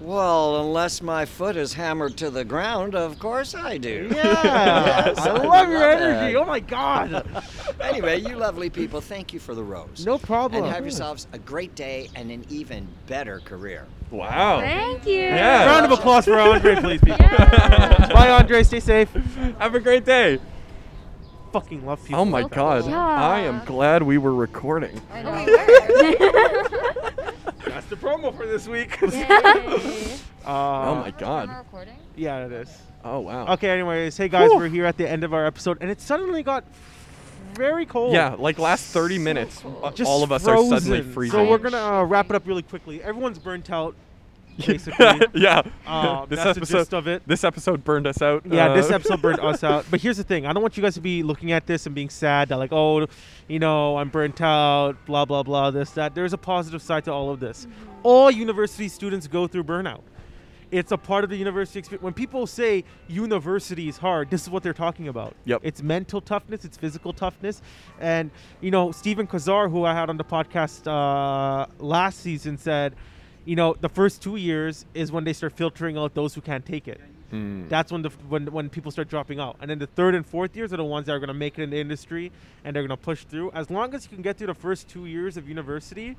S12: Well, unless my foot is hammered to the ground, of course I do.
S1: Yeah.
S12: Yes,
S1: I love your
S12: it.
S1: energy. Oh my god.
S12: Anyway, you lovely people, thank you for the rose.
S1: No problem.
S12: And have yourselves a great day and an even better career.
S6: Wow.
S2: Thank you.
S6: Yeah.
S1: Round of applause for Andre, please, people.
S2: Yeah.
S1: Bye, Andre. Stay safe.
S6: Have a great day.
S1: Fucking love people.
S6: Oh my
S1: like that.
S6: god. I am glad we were recording.
S5: I know.
S1: That's the promo for this week.
S5: Yay.
S1: Uh,
S4: Oh my God. Am I
S5: recording?
S1: Yeah, it is.
S4: Oh wow.
S1: Okay. Anyways, hey guys,
S4: Whew.
S1: we're here at the end of our episode, and it suddenly got very cold.
S4: Yeah, like last 30 minutes, uh,
S1: Just
S4: all of us are suddenly
S1: frozen.
S4: freezing.
S1: So we're gonna uh, wrap it up really quickly. Everyone's burnt out, basically.
S6: yeah.
S1: Um,
S6: this
S1: that's the
S6: episode,
S1: gist of it.
S6: This episode burned us out.
S1: Yeah, this
S6: Uh,
S1: episode burnt us out. But here's the thing: I don't want you guys to be looking at this and being sad that like, oh, you know, I'm burnt out, blah blah blah, this that. There's a positive side to all of this. All university students go through burnout. It's a part of the university experience. When people say university is hard, this is what they're talking about.
S6: Yep.
S1: It's mental toughness, it's physical toughness, and you know, Stephen Kazar, who I had on the podcast uh, last season, said. You know, the first two years is when they start filtering out those who can't take it.
S6: Hmm.
S1: That's when the when when people start dropping out, and then the third and fourth years are the ones that are going to make it in the industry and they're going to push through. As long as you can get through the first two years of university,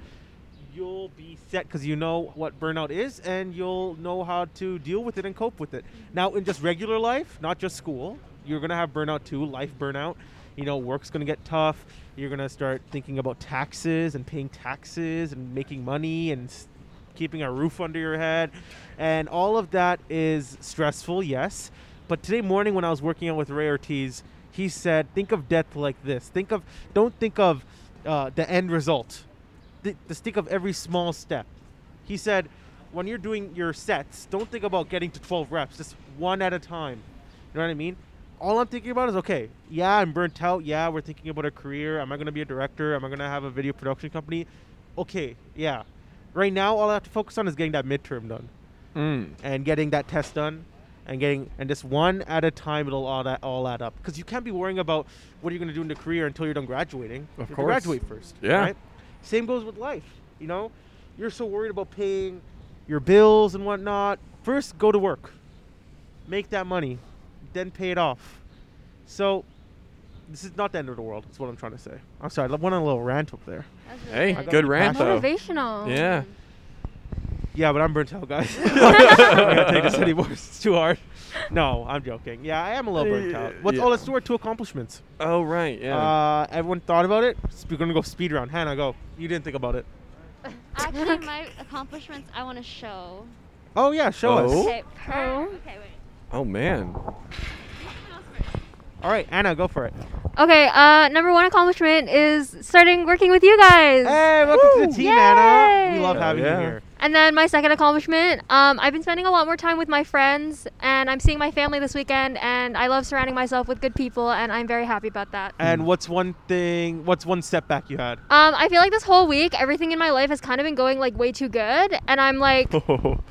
S1: you'll be set because you know what burnout is and you'll know how to deal with it and cope with it. Now, in just regular life, not just school, you're going to have burnout too, life burnout. You know, work's going to get tough. You're going to start thinking about taxes and paying taxes and making money and s- keeping a roof under your head. And all of that is stressful, yes. But today morning when I was working out with Ray Ortiz, he said, think of death like this. Think of, don't think of uh, the end result. Th- just think of every small step. He said, when you're doing your sets, don't think about getting to 12 reps, just one at a time. You know what I mean? All I'm thinking about is okay, yeah, I'm burnt out. Yeah, we're thinking about a career. Am I going to be a director? Am I going to have a video production company? Okay, yeah. Right now, all I have to focus on is getting that midterm done
S6: Mm.
S1: and getting that test done and getting and just one at a time it'll all that all add up because you can't be worrying about what you're going to do in the career until you're done graduating
S6: Of
S1: You have to
S6: course.
S1: graduate first
S6: Yeah.
S1: right? same goes with life you know you're so worried about paying your bills and whatnot first go to work make that money then pay it off so this is not the end of the world that's what i'm trying to say i'm sorry i went on a little rant up there
S6: Hey,
S1: I got
S6: good rant though.
S2: Motivational.
S6: Yeah.
S1: yeah, but I'm burnt out, guys. I can't take this anymore. It's too hard. No, I'm joking. Yeah, I am a little burnt out. What's
S6: Yeah.
S1: all let's do our two accomplishments.
S6: Oh right, yeah.
S1: Uh, everyone thought about it. S- We're gonna go speed round. Hannah, go. You didn't think about it.
S3: Actually, my accomplishments I want to show.
S1: Oh yeah, show
S6: Oh.
S1: us.
S3: Okay, per- okay, wait.
S6: oh man.
S1: All right, Anna, go for it.
S2: Okay, uh, number one accomplishment is starting working with you guys.
S1: Hey, welcome to the team, Anna. We love
S6: Hell
S1: having
S6: yeah.
S1: you here.
S2: And then my second accomplishment, um, I've been spending a lot more time with my friends, and I'm seeing my family this weekend, and I love surrounding myself with good people, and I'm very happy about that.
S1: And what's one thing? What's one setback you had?
S2: Um, I feel like this whole week, everything in my life has kind of been going like way too good, and I'm like,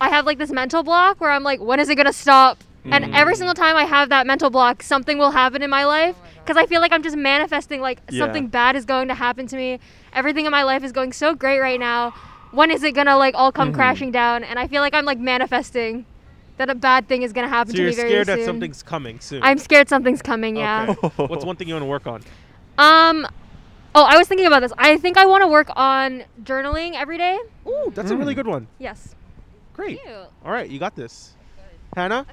S2: I have like this mental block where I'm like, when is it gonna stop?
S1: Mm.
S2: And every single time I have that mental block, something will happen in my life because I feel like I'm just manifesting like
S3: Yeah.
S2: something bad is going to happen to me. Everything in my life is going so great right now. When is it gonna like all come
S1: Mhm.
S2: crashing down? And I feel like I'm like manifesting that a bad thing is gonna happen
S1: So
S2: to
S1: you're
S2: me very
S1: scared
S2: soon.
S1: that something's coming soon.
S2: I'm scared something's coming. Yeah.
S1: Okay. what's one thing you want to work on?
S2: Um. Oh, I was thinking about this. I think I want to work on journaling every day.
S1: Ooh, That's a really good one.
S2: Yes.
S1: Great.
S3: Cute.
S1: All right, you got this. Hannah.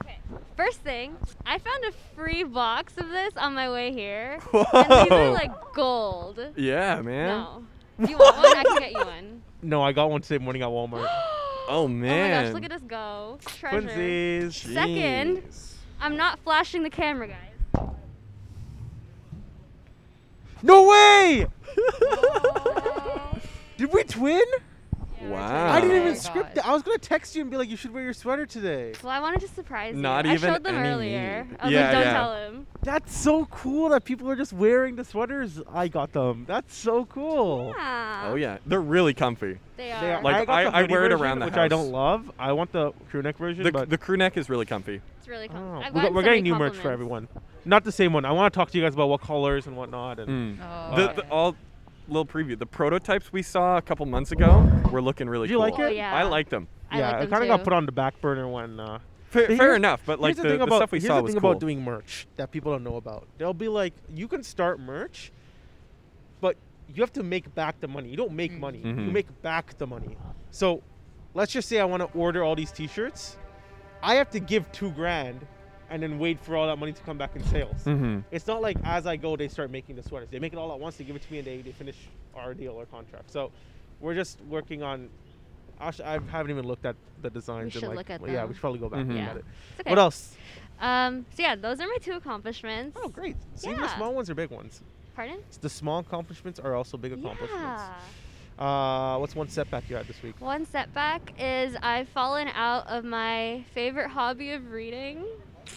S3: First thing, I found a free box of this on my way here. And these
S1: Whoa.
S3: are like gold. Oh
S1: Yeah, man.
S3: No. Do you want one? I can get you one.
S1: No, I got one today morning at Walmart.
S6: oh
S3: Oh my gosh,
S6: man.
S3: look at us go. Treasure.
S1: Twinsies.
S3: Second, I'm not flashing the camera, guys.
S1: No way! Did we twin?
S6: wow.
S1: I didn't even script it. I was gonna text you and be like, you should wear your sweater today.
S3: Well, I wanted to surprise
S6: Not
S3: you.
S6: even
S3: I showed them
S6: any
S3: earlier.
S6: need.
S3: I was
S6: Yeah,
S3: like, don't
S6: yeah.
S3: tell him.
S1: That's so cool that people are just wearing the sweaters. I got them. That's so cool.
S3: Yeah.
S6: Oh yeah, they're really comfy.
S3: They
S1: They
S3: are.
S1: are-
S6: Like,
S1: got
S6: I-
S1: the
S6: I
S1: hoodie
S6: wear it
S1: version,
S6: around the
S1: which I don't
S6: house.
S1: love. I want the crew neck version,
S6: The,
S1: but
S6: the crew neck is really comfy.
S3: It's really cool.
S1: Oh,
S3: I've
S1: we
S3: gotten
S1: are
S3: so
S1: getting
S3: many
S1: new merch for
S3: compliments.
S1: everyone. Not the same one. I want to talk to you guys about what colors and whatnot. And
S6: Mm.
S3: Oh,
S6: The, the all little preview. The prototypes we saw a couple months ago were looking really
S1: Did you
S6: cool.
S1: like it? Oh, yeah.
S6: I liked them.
S1: yeah, it kind of got put on the back burner when. Uh,
S6: Fair-
S1: but
S6: fair
S1: here's-
S6: enough, but, like,
S1: here's the,
S6: the-
S1: thing
S6: the
S1: about,
S6: stuff we
S1: here's
S6: saw
S1: the
S6: was
S1: thing
S6: cool.
S1: about doing merch that people don't know about. They'll be like, you can start merch, but you have to make back the money. You don't make money. You
S6: Mhm.
S1: make back the money. So, let's just say I want to order all these T-shirts. I have to give two grand, and then wait for all that money to come back in sales.
S6: Mhm.
S1: It's not like as I go they start making the sweaters. They make it all at once. They give it to me, and they, they finish our deal or contract. So, we're just working on Actually, I haven't even looked at the designs.
S3: should
S1: and, like,
S3: look at
S1: well, Yeah,
S3: them.
S1: we should probably go back and
S6: Mhm.
S1: look
S6: Yeah.
S1: at it.
S3: It's okay.
S1: What else?
S3: Um, so yeah, those are my two accomplishments.
S1: Oh, great. See, the
S3: yeah.
S1: small ones are big ones.
S3: Pardon?
S1: S- The small accomplishments are also big accomplishments.
S3: Yeah.
S1: Uh, what's one setback you had this week?
S3: One setback is I've fallen out of my favorite hobby of reading.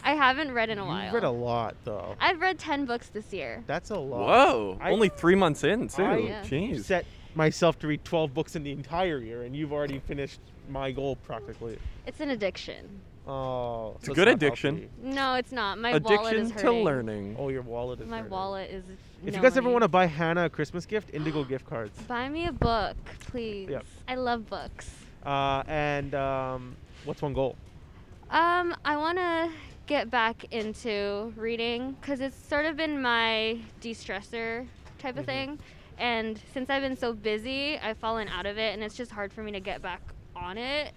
S3: I haven't read in a while.
S1: You've read a lot, though.
S3: I've read 10 books this year.
S1: That's a lot.
S6: Whoa!
S1: I
S6: Only three months in too.
S1: I
S3: Yeah.
S6: Jeez.
S1: set myself to read 12 books in the entire year, and you've already finished my goal practically.
S3: It's an addiction.
S1: Oh,
S6: It's
S1: so
S6: a good
S1: not
S6: addiction.
S3: No, it's not. My wallet
S6: Addiction
S3: is
S6: to
S3: hurting.
S6: learning.
S1: healthy. Oh, your wallet is.
S3: My
S1: hurting.
S3: wallet is.
S1: If you guys ever
S3: knowing.
S1: want to buy Hannah a Christmas gift, Indigo gift cards.
S3: buy me a book, please.
S1: Yep.
S3: I love books.
S1: Uh, and um, what's one goal?
S3: Um, I want to get back into reading because it's sort of been my de stressor type of
S1: Mhm.
S3: thing. And since I've been so busy, I've fallen out of it and it's just hard for me to get back on it.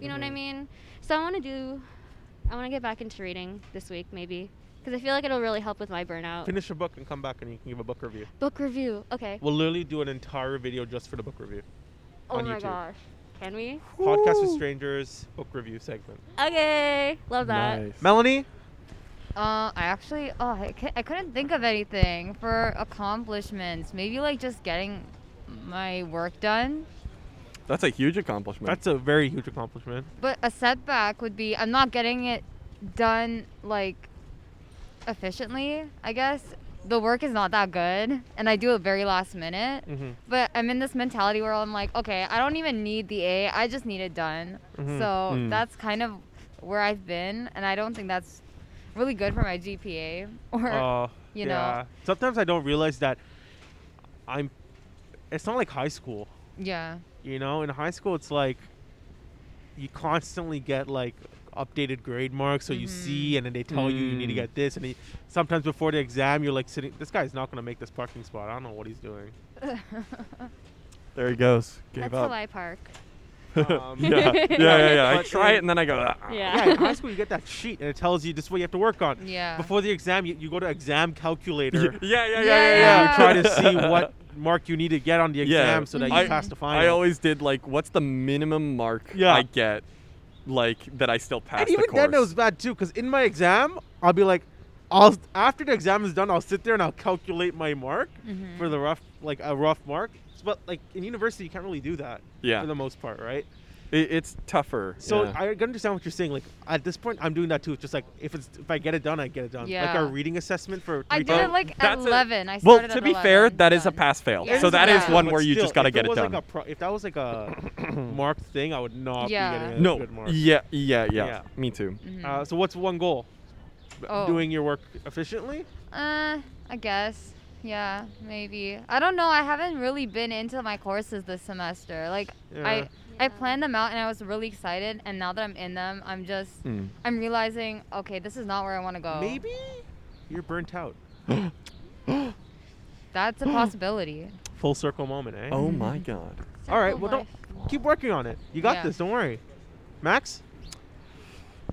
S3: You know what I
S1: Mhm.
S3: mean? So I want to do, I want to get back into reading this week maybe because I feel like it'll really help with my burnout.
S1: Finish a book and come back, and you can give a book review.
S3: Book review. Okay.
S1: We'll literally do an entire video just for the book review.
S3: oh
S1: on
S3: my
S1: YouTube.
S3: gosh. Can we?
S1: Podcast with strangers book review segment.
S3: Okay. Love that.
S1: Melanie,
S5: Uh, I actually, oh, I, ca- I couldn't think of anything for accomplishments. Maybe like just getting my work done.
S6: That's a huge accomplishment.
S1: that's a very huge accomplishment.
S5: But a setback would be I'm not getting it done like efficiently, I guess. The work is not that good, and I do it very last minute.
S1: Mhm.
S5: But I'm in this mentality where I'm like, okay, I don't even need the A, I just need it done.
S1: Mhm.
S5: So
S6: Mm.
S5: that's kind of where I've been, and I don't think that's really good for my GPA or
S1: Uh,
S5: you
S1: yeah.
S5: know,
S1: Sometimes I don't realize that I'm. It's not like high school.
S5: yeah.
S1: You know, in high school, it's like you constantly get like updated grade marks, so you see, and then they tell you you need to
S6: Mm.
S1: get this, and they, sometimes before the exam, you're like sitting. This guy's not gonna make this parking spot. I don't know what he's doing.
S6: There he goes. Gave
S3: That's
S6: up.
S3: how I park.
S1: Um,
S6: yeah, yeah, yeah, yeah. I
S1: But
S6: try
S1: in-
S6: it and then I go. "Ah."
S1: Yeah, in high school you get that sheet and it tells you this is what you have to work on.
S5: Yeah.
S1: Before the exam, you, you go to exam
S6: Yeah,
S1: calculator.
S6: yeah, yeah, yeah, yeah.
S5: Yeah,
S6: yeah.
S1: You try to see what mark you need to get on the
S6: Yeah.
S1: exam so that you
S6: I-
S1: pass the final.
S6: I always did like, what's the minimum mark
S1: Yeah.
S6: I get, like that I still pass
S1: and
S6: the
S1: even
S6: course?
S1: then, it was bad too because in my exam, I'll be like, I'll after the exam is done, I'll sit there and I'll calculate my mark for the rough, like a rough mark. But like in university, you can't really do that
S6: yeah,
S1: for the most part, right?
S6: It- it's tougher.
S1: So
S6: yeah.
S1: I understand what you're saying. Like at this point, I'm doing that too. It's just like if it's if I get it done, I get it done. Like
S5: Yeah.
S1: our reading assessment for
S5: I
S1: three
S5: did
S1: times-
S5: it like at
S6: that's a-
S5: 11. I
S6: well,
S5: started
S6: to
S5: at
S6: be
S5: 11,
S6: fair, that is a
S5: done.
S6: pass fail.
S5: Yeah.
S6: So that is
S5: Yeah.
S6: one
S1: But
S6: where you
S1: still,
S6: just got to
S1: if
S6: get it
S1: was
S6: done.
S1: Like a pro- if that was like a marked thing, I would not
S5: Yeah. Mm-hmm.
S1: be getting a
S6: no.
S1: good mark.
S6: Yeah, yeah, yeah,
S1: Yeah.
S6: Me too.
S1: Uh, so what's one goal? B-
S5: Oh.
S1: Doing your work efficiently.
S5: Uh, I guess. Yeah, maybe. I don't know. I haven't really been into my courses this semester. Like
S1: Yeah.
S5: I I planned them out and I was really excited and now that I'm in them, I'm just
S6: Hmm.
S5: I'm realizing, okay, this is not where I want to go.
S1: Mm. Maybe you're burnt out.
S5: That's a possibility.
S1: Full circle moment, eh?
S6: Oh my god.
S1: All right.
S3: Circle
S1: Well, don't keep working on it. You got
S5: Yeah.
S1: this. Don't worry. Max.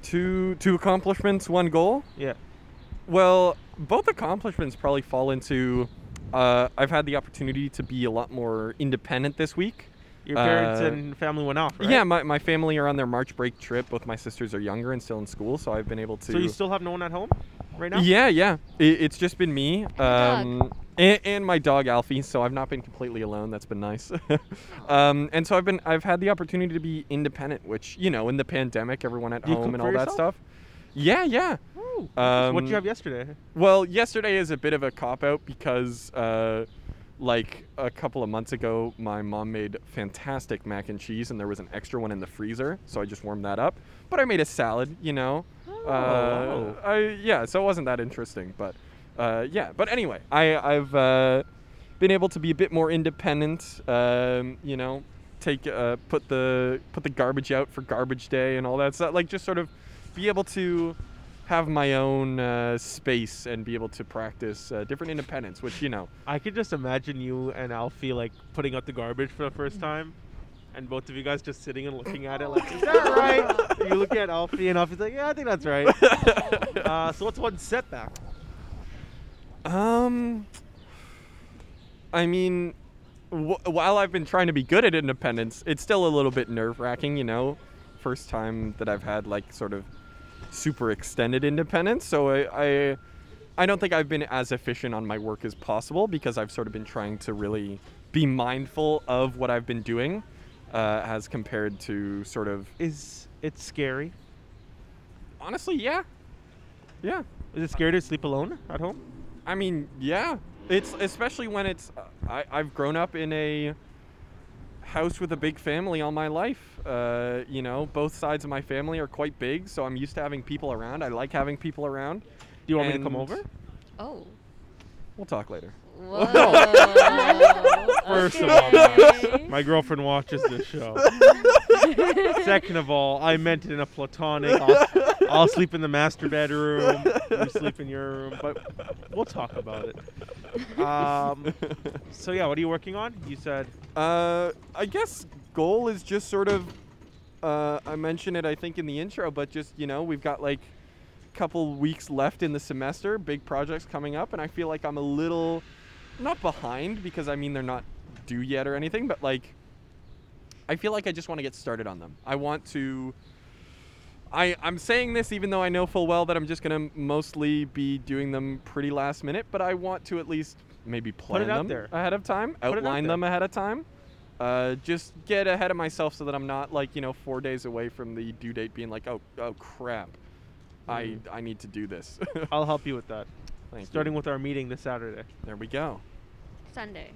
S6: Two two accomplishments, one goal.
S1: Yeah.
S6: Well, both accomplishments probably fall into. Uh, I've had the opportunity to be a lot more independent this week.
S1: Your parents
S6: Uh,
S1: and family went off, right?
S6: Yeah, my, my family are on their March break trip. Both my sisters are younger and still in school, so I've been able to.
S1: So you still have no one at home right now?
S6: Yeah, yeah. It, it's just been me
S3: dog.
S6: um, and, and my dog Alfie. So I've not been completely alone. That's been nice. um, and so I've been I've had the opportunity to be independent, which you know, in the pandemic, everyone at
S1: Do you cook
S6: home and
S1: for
S6: all that
S1: yourself?
S6: stuff. Yeah, yeah.
S1: Woo.
S6: Um,
S1: what did you have yesterday?
S6: Well, yesterday is a bit of a cop out because, uh, like a couple of months ago, my mom made fantastic mac and cheese, and there was an extra one in the freezer, so I just warmed that up. But I made a salad, you know.
S1: Oh, wow.
S6: uh, I, yeah, so it wasn't that interesting, but uh, yeah. But anyway, I, I've uh, been able to be a bit more independent. Um, you know, take uh, put the put the garbage out for garbage day and all that stuff. Like just sort of be able to have my own uh, space and be able to practice uh, different independence, which you know.
S1: I could just imagine you and Alfie like putting out the garbage for the first time, and both of you guys just sitting and looking at it like, "Is that right?" you look at Alfie, and Alfie's like, "Yeah, I think that's right." uh, so what's one setback?
S6: Um, I mean, w- while I've been trying to be good at independence, it's still a little bit nerve wracking, you know. First time that I've had like sort of super extended independence, so I, I, I don't think I've been as efficient on my work as possible because I've sort of been trying to really be mindful of what I've been doing, uh, as compared to sort of
S1: is it's scary.
S6: Honestly, yeah. Yeah.
S1: Is it scary to sleep alone at home?
S6: I mean, yeah. It's especially when it's uh, I, I've grown up in a house with a big family all my life. Uh, you know, both sides of my family are quite big, so I'm used to having people around. I like having people around. Do
S1: you want me to come over?
S3: Oh.
S6: We'll talk later.
S3: Whoa.
S1: Mm-hmm. First of all, my, my girlfriend watches this show. Second of all, I meant it in a platonic. I'll, I'll sleep in the master bedroom. You sleep in your room, but we'll talk about it. Um, so yeah, what are you working on? You said
S6: Uh, I guess goal is just sort of. Uh, I mentioned it, I think, in the intro, but just you know, we've got like a couple weeks left in the semester, big projects coming up, and I feel like I'm a little not behind because I mean they're not due yet or anything, but like I feel like I just want to get started on them. I want to. I, I'm saying this even though I know full well that I'm just gonna mostly be doing them pretty last minute, but I want to at least maybe plan
S1: out
S6: them
S1: there.
S6: ahead of time,
S1: Put it out
S6: outline
S1: there.
S6: them ahead of time. Uh, just get ahead of myself so that I'm not like you know four days away from the due date being like oh oh crap, I
S1: Mm.
S6: I need to do this.
S1: I'll help you with that.
S6: Thank you.
S1: Starting with our meeting this Saturday.
S6: there we go.
S3: Sunday.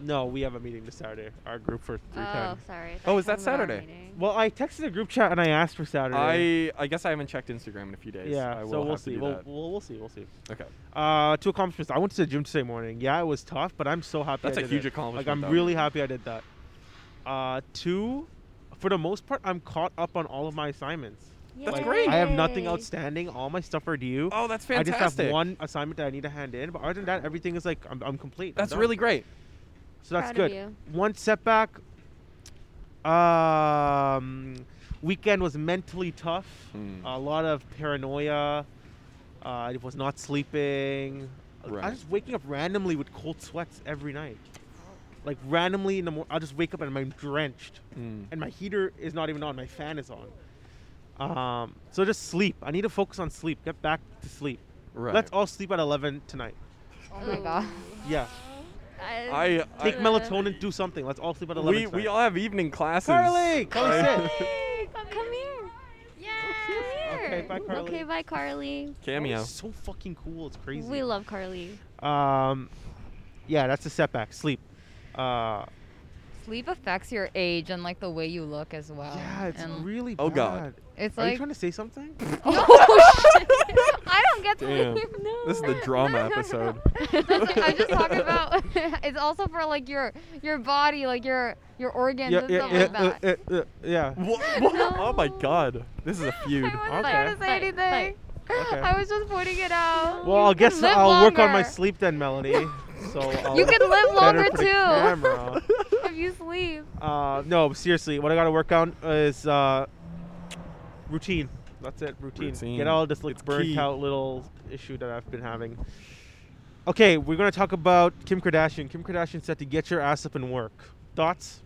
S1: No, we have a meeting this Saturday. Our group for three
S3: Oh,
S1: times.
S3: sorry. I thought
S6: Oh,
S3: you were
S6: is that
S3: talking about our
S6: Saturday?
S3: meeting.
S1: Well, I texted the group chat and I asked for Saturday.
S6: I I guess I haven't checked Instagram in a few days.
S1: yeah,
S6: I will
S1: so we'll
S6: have to
S1: see.
S6: do
S1: We'll,
S6: that.
S1: we'll we'll see. We'll see.
S6: Okay.
S1: Uh, two accomplishments. I went to the gym today morning. Yeah, it was tough, but I'm so happy.
S6: That's
S1: I
S6: a
S1: did
S6: huge
S1: it.
S6: accomplishment,
S1: Like I'm
S6: though.
S1: really happy I did that. Uh, two, for the most part, I'm caught up on all of my assignments.
S6: That's
S3: Yay.
S6: great.
S1: I have nothing
S3: Yay.
S1: outstanding. All my stuff are due.
S6: Oh, that's
S1: I
S6: fantastic.
S1: just have one assignment that I need to hand in, but other than that, everything is like I'm, I'm complete. I'm
S6: That's
S1: done.
S6: really great.
S1: So that's
S3: Proud of
S1: good. One setback. Um, weekend was mentally tough.
S6: Mm.
S1: A lot of paranoia. Uh, I was not sleeping. Like, I
S6: Right.
S1: was waking up randomly with cold sweats every night. Like randomly in the morning, I'll just wake up and I'm drenched,
S6: Mm.
S1: and my heater is not even on. My fan is on. Um, so just sleep. I need to focus on sleep. Get back to sleep.
S6: Right.
S1: Let's all sleep at 11 tonight.
S5: Oh
S3: Mm.
S5: my god.
S1: Yeah.
S6: I, I
S1: Take melatonin. Do something. Let's all sleep at 11
S6: we,
S1: tonight.
S6: we all have evening classes.
S1: Carly, come
S6: I-
S1: sit.
S3: Come here. Yeah. Come here.
S1: Okay, bye, Carly.
S3: Okay, bye, Carly.
S6: Cameo.
S1: It's so fucking cool. It's crazy.
S3: We love Carly.
S1: um, yeah, that's a setback. Sleep. Uh,
S5: Sleep affects your age and like the way you look as well.
S1: yeah, it's
S5: and
S1: really
S6: Oh,
S1: bad.
S6: God.
S5: It's
S1: Are you
S5: like
S1: trying to say something?
S5: I don't get
S6: Damn.
S5: sleep. No.
S6: This is the drama episode.
S5: I'm just talking about. it's also for like your your body, like your your organs and stuff like that.
S1: uh, uh, uh, yeah.
S6: Wha- wha- Oh my god. This is a feud.
S5: I
S1: Okay.
S5: wasn't trying to say
S3: Fight,
S5: anything.
S1: Okay.
S5: I was just pointing it out.
S1: Well, I
S5: You can
S1: guess
S5: live
S1: I'll work on my
S5: longer.
S1: sleep then, Melanie. So I'll
S5: You can live
S1: better
S5: longer
S1: for the
S5: too
S1: camera.
S5: if you sleep.
S1: Uh, no, seriously, what I gotta work on is uh, routine. That's it, routine.
S6: Routine.
S1: Get all this like
S6: It's
S1: burnt
S6: key.
S1: out little issue that I've been having. Okay, we're gonna talk about Kim Kardashian. Kim Kardashian said to get your ass up and work. Thoughts?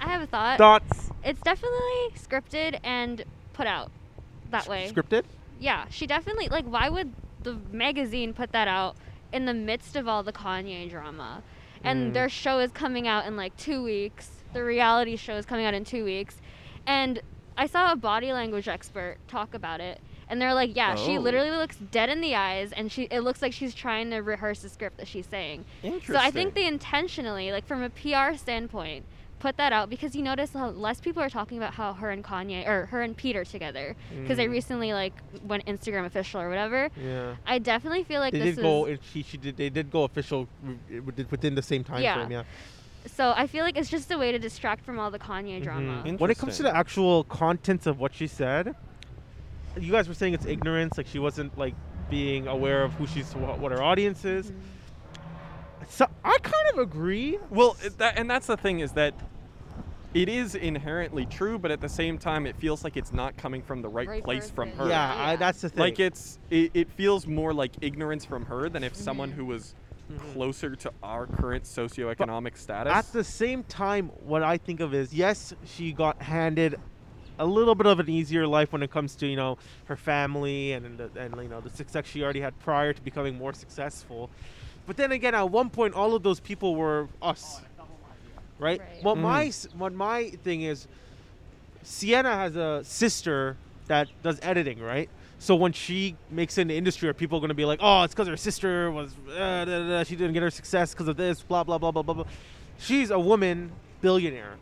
S3: I have a thought.
S1: Thoughts?
S3: It's definitely scripted and put out that way.
S1: Scripted?
S3: yeah, she definitely like why would the magazine put that out in the midst of all the Kanye drama? And
S1: Mm.
S3: their show is coming out in like 2 weeks. The reality show is coming out in 2 weeks. And I saw a body language expert talk about it. And they're like, yeah, she
S6: Oh.
S3: literally looks dead in the eyes and she it looks like she's trying to rehearse the script that she's saying.
S6: Interesting.
S3: So I think they intentionally, like from a PR standpoint, put that out because you notice how less people are talking about how her and Kanye or her and Peter together because they
S1: Mm.
S3: recently like went Instagram official or whatever.
S1: Yeah.
S3: I definitely feel like
S1: they
S3: this
S1: did
S3: is
S1: go. It, she, she did. They did go official w- w- within the same time
S3: Yeah.
S1: frame. Yeah.
S3: so. I feel like it's just a way to distract from all the
S1: Mm-hmm.
S3: Kanye drama.
S6: Interesting.
S1: When it comes to the actual contents of what she said, you guys were saying it's ignorance, like she wasn't like being aware of who she's, wh- what her audience is.
S3: Mm-hmm.
S1: So I kind of agree.
S6: Well, it- that, and that's the thing is that it is inherently true, but at the same time, it feels like it's not coming from the right,
S5: Right
S6: place from
S5: person.
S6: her.
S1: Yeah, I, that's the thing. Mm-hmm.
S6: Like it's it, it feels more like ignorance from her than if someone who was closer to our current socioeconomic status.
S1: At the same time, what I think of is yes, she got handed a little bit of an easier life when it comes to you know her family and and, the, and you know the success she already had prior to becoming more successful. But then again, at one point, all of those people were us, right? What
S6: Mhm.
S1: my s- what my thing is, Sienna has a sister that does editing, right? So when she makes it in the industry, are people going to be like, "Oh, it's because her sister was uh, da, da, da, she didn't get her success because of this, blah blah blah blah blah blah"? She's a woman billionaire,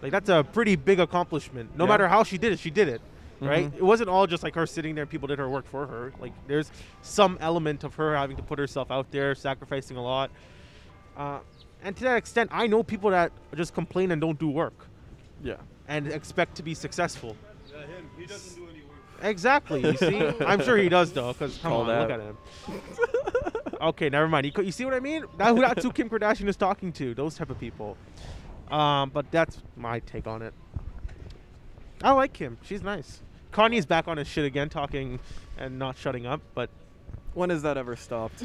S1: like that's a pretty big accomplishment. No
S6: Yeah.
S1: matter how she did it, she did it, right?
S6: Mhm.
S1: It wasn't all just like her sitting there. People did her work for her. Like there's some element of her having to put herself out there, sacrificing a lot. Uh, and to that extent, I know people that just complain and don't do work
S6: yeah.
S1: and expect to be successful. Exactly. You see, I'm sure he does though, because come
S6: Call
S1: on,
S6: that.
S1: look at him. okay, never mind. You, co- you see what I mean? That, that's who Kim Kardashian is talking to. Those type of people. Um, but that's my take on it. I like Kim. She's nice. Kanye's back on his shit again, talking and not shutting up. But
S6: When has that ever stopped?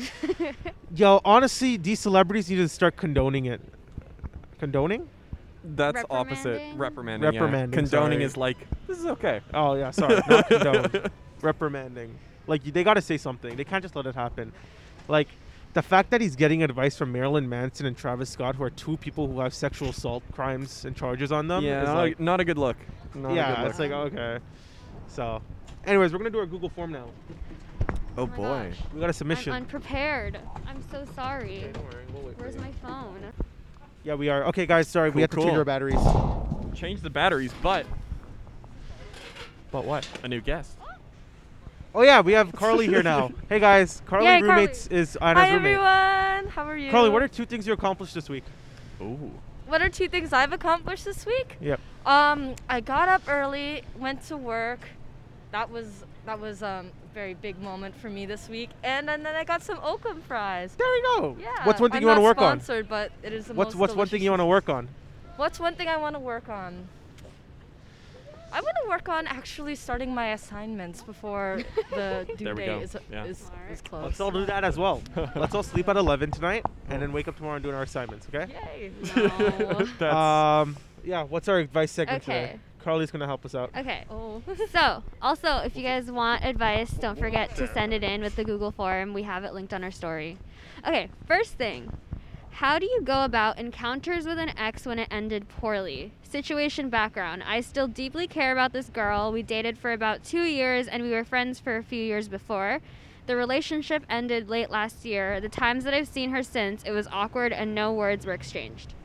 S1: yo, honestly, these celebrities need to start condoning it. Condoning?
S6: That's opposite reprimanding. yeah.
S1: Reprimanding,
S6: Condoning
S1: sorry.
S6: is like this is okay.
S1: Oh yeah, sorry, not condone. reprimanding. Like they got to say something. They can't just let it happen. Like the fact that he's getting advice from Marilyn Manson and Travis Scott, who are two people who have sexual assault crimes and charges on them.
S6: yeah,
S1: is
S6: not,
S1: like,
S6: a, not a good look. Not
S1: yeah,
S6: a good look.
S1: it's like okay. So, anyways, we're gonna do our Google form now.
S6: oh, boy.
S1: We got a submission.
S3: I'm unprepared. I'm so sorry. Where's my phone?
S1: yeah, we are. Okay, guys, sorry,
S6: Cool,
S1: we have to change
S6: cool.
S1: our batteries.
S6: Change the batteries, but
S1: But what?
S6: a new guest.
S1: Oh yeah, we have Carly here now. Hey guys, Carly
S13: Yay, Carly.
S1: roommates is Anna's
S13: Hi
S1: roommate.
S13: everyone. How are you?
S1: Carly, what are two things you accomplished this week?
S6: Ooh.
S13: what are two things I've accomplished this week?
S1: Yep.
S13: Um, I got up early, went to work. That was that was um, a very big moment for me this week, and, and then I got some Oakham fries.
S1: There we go.
S13: Yeah.
S1: What's one thing
S13: I'm
S1: you wanna
S13: not
S1: work on?
S13: Sponsored, but it is the
S1: What's
S13: most
S1: what's one thing you want to work on?
S13: What's one thing I want to work on? I want to work on actually starting my assignments before the due
S1: There we go.
S13: date is,
S1: Yeah.
S13: is, is closed.
S1: Let's all do that as well. Let's all sleep at 11 tonight and then wake up tomorrow and do our assignments, okay?
S13: Yay.
S6: That's-
S1: um, yeah, what's our advice segment today?
S3: Okay.
S1: Carly's going to help us out.
S3: Okay. so, also, if you guys want advice, don't forget to send it in with the Google form. We have it linked on our story. Okay, first thing. How do you go about encounters with an ex when it ended poorly? Situation background. I still deeply care about this girl. We dated for about two years and we were friends for a few years before. The relationship ended late last year. The times that I've seen her since, it was awkward and no words were exchanged.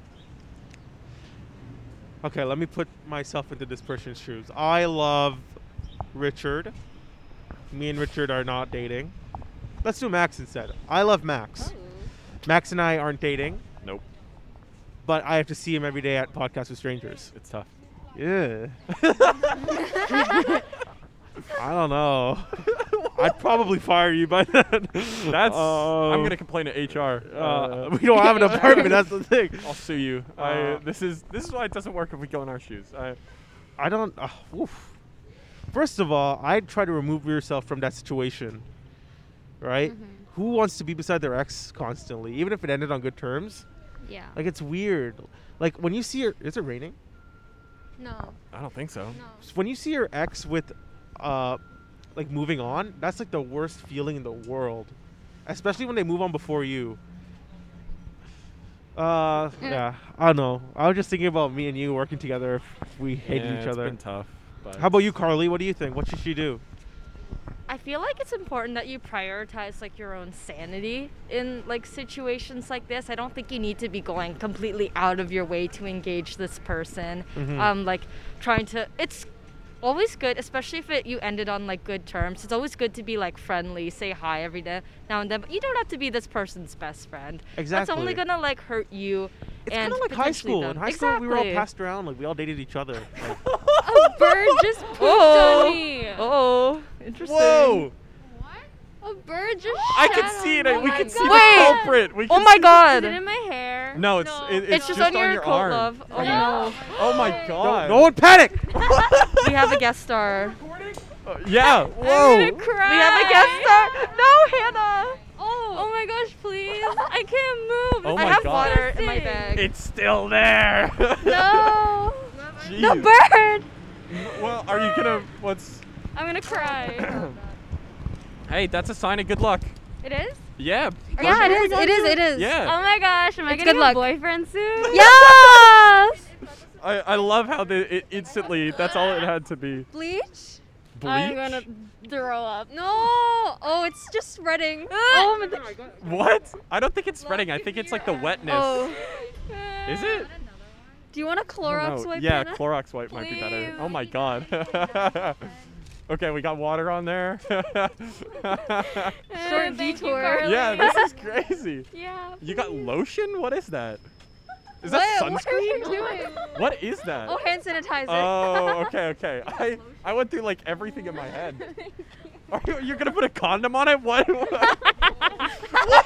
S1: Okay, let me put myself into this person's shoes. I love Richard. Me and Richard are not dating. Let's do Max instead. I love Max. Max and I aren't dating,
S4: Nope.
S1: but I have to see him every day at Podcast with Strangers.
S6: It's tough.
S1: Yeah. I don't know. I'd probably fire you by then.
S6: That's I'm
S1: Um,
S6: gonna complain to HR.
S1: uh, we don't have an apartment, that's the thing.
S6: I'll sue you. I,
S1: Uh,
S6: this is this is why it doesn't work if we go in our shoes. I,
S1: I don't. Uh, oof. First of all, I'd try to remove yourself from that situation. Right? Who wants to be beside their ex constantly, even if it ended on good terms?
S3: Yeah.
S1: Like it's weird. Like when you see your, is it raining?
S3: No.
S6: I don't think so.
S1: When you see your ex with, uh, like moving on, that's like the worst feeling in the world, especially when they move on before you. Uh, yeah. I don't know. I was just thinking about me and you working together. If we hated
S6: Yeah,
S1: each
S6: it's
S1: other.
S6: been tough, but-
S1: How about you, Carly? What do you think? What should she do?
S13: I feel like it's important that you prioritize like your own sanity in like situations like this. I don't think you need to be going completely out of your way to engage this person.
S1: Mm-hmm.
S3: Mhm.
S13: Um, like trying to it's always good, especially if it you ended on like good terms. It's always good to be like friendly, say hi every day now and then, but you don't have to be this person's best friend. That's
S1: Exactly.
S13: only gonna like hurt you.
S1: It's
S13: and
S1: kind of like high
S13: potentially
S1: school.
S13: them.
S1: In high school, we were all
S13: Exactly.
S1: passed around. Like we all dated each other. Like,
S13: A bird just pooped
S3: Oh.
S13: on me. Oh, interesting.
S1: Whoa.
S3: A bird just
S6: I
S3: shat
S6: can
S3: on
S6: see it.
S3: me.
S6: I- we can see
S13: Wait.
S6: the culprit. We
S13: Oh
S6: can
S13: my
S6: see-
S13: God.
S3: Is it in my hair?
S6: No, it's it-
S13: It's just on your coat,
S6: arm.
S13: love. Oh,
S6: Okay.
S13: no.
S6: Oh my god.
S1: No one panic.
S13: we have a guest star. Uh,
S6: Yeah. Whoa.
S13: We have a guest star. No, Hannah.
S3: Oh,
S13: Oh my gosh, please. I can't move.
S6: Oh my
S13: I have
S6: God.
S13: water in my bag.
S6: It's still there.
S13: No. the
S6: Jeez.
S13: bird.
S6: Well, are you gonna? What's?
S13: I'm gonna cry.
S6: Hey, that's a sign of good luck.
S13: it is?
S6: Yeah.
S13: Are Yeah, you it sure is, it is, it is.
S6: Yeah.
S13: Oh my gosh, am I
S2: It's
S13: gonna get
S2: good luck.
S13: a boyfriend soon?
S2: Yes!
S6: I, I love how they it instantly. That's all it had to be.
S2: Bleach?
S6: Bleach.
S2: gonna throw up. No! Oh, it's just spreading. oh, my God.
S6: What? I don't think it's spreading. I think it's like the wetness.
S2: Oh.
S6: Is it?
S2: Do you want a Clorox
S6: No.
S2: wipe?
S6: Yeah,
S2: Hannah?
S6: Clorox wipe might be better. Oh my god. okay, we got water on there.
S13: Short detour.
S6: yeah, this is crazy.
S13: Yeah.
S6: You got lotion? What is that? Is
S2: Wait,
S6: that
S2: What are
S6: sunscreen?
S2: you doing?
S6: What is that?
S2: Oh, hand sanitizer.
S6: Oh, okay, okay. I I went through like everything in my head. Are you you're gonna put a condom on it? What? What?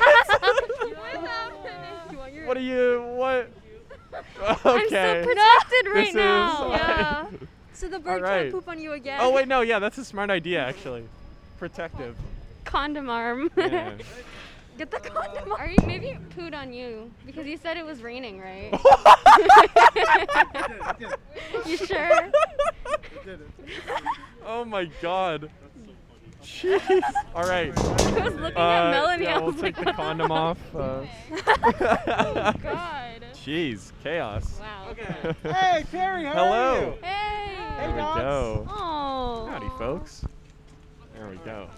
S6: what are you? What? Okay.
S2: protected
S6: right This now. is-
S2: yeah. So the bird
S6: Alright.
S2: can't poop on you again.
S6: Oh wait, no. Yeah, that's a smart idea actually. Protective.
S13: Condom arm.
S6: Yeah.
S13: Get the
S1: Oh,
S13: condom arm. Are you, maybe it pooed on you because you said it was raining, right? you sure?
S6: Oh my god. Jeez. All right.
S13: I was looking at Melanie,
S6: Yeah,
S13: I
S6: we'll
S13: was
S6: take the
S13: like, what the
S6: condom
S13: fuck?
S6: off. Uh,
S13: oh god.
S6: Jeez, chaos.
S13: Wow.
S6: Hey, Terry, how Hello. are you?
S13: Hey.
S6: There we go.
S13: Oh.
S6: Howdy, folks. There we go.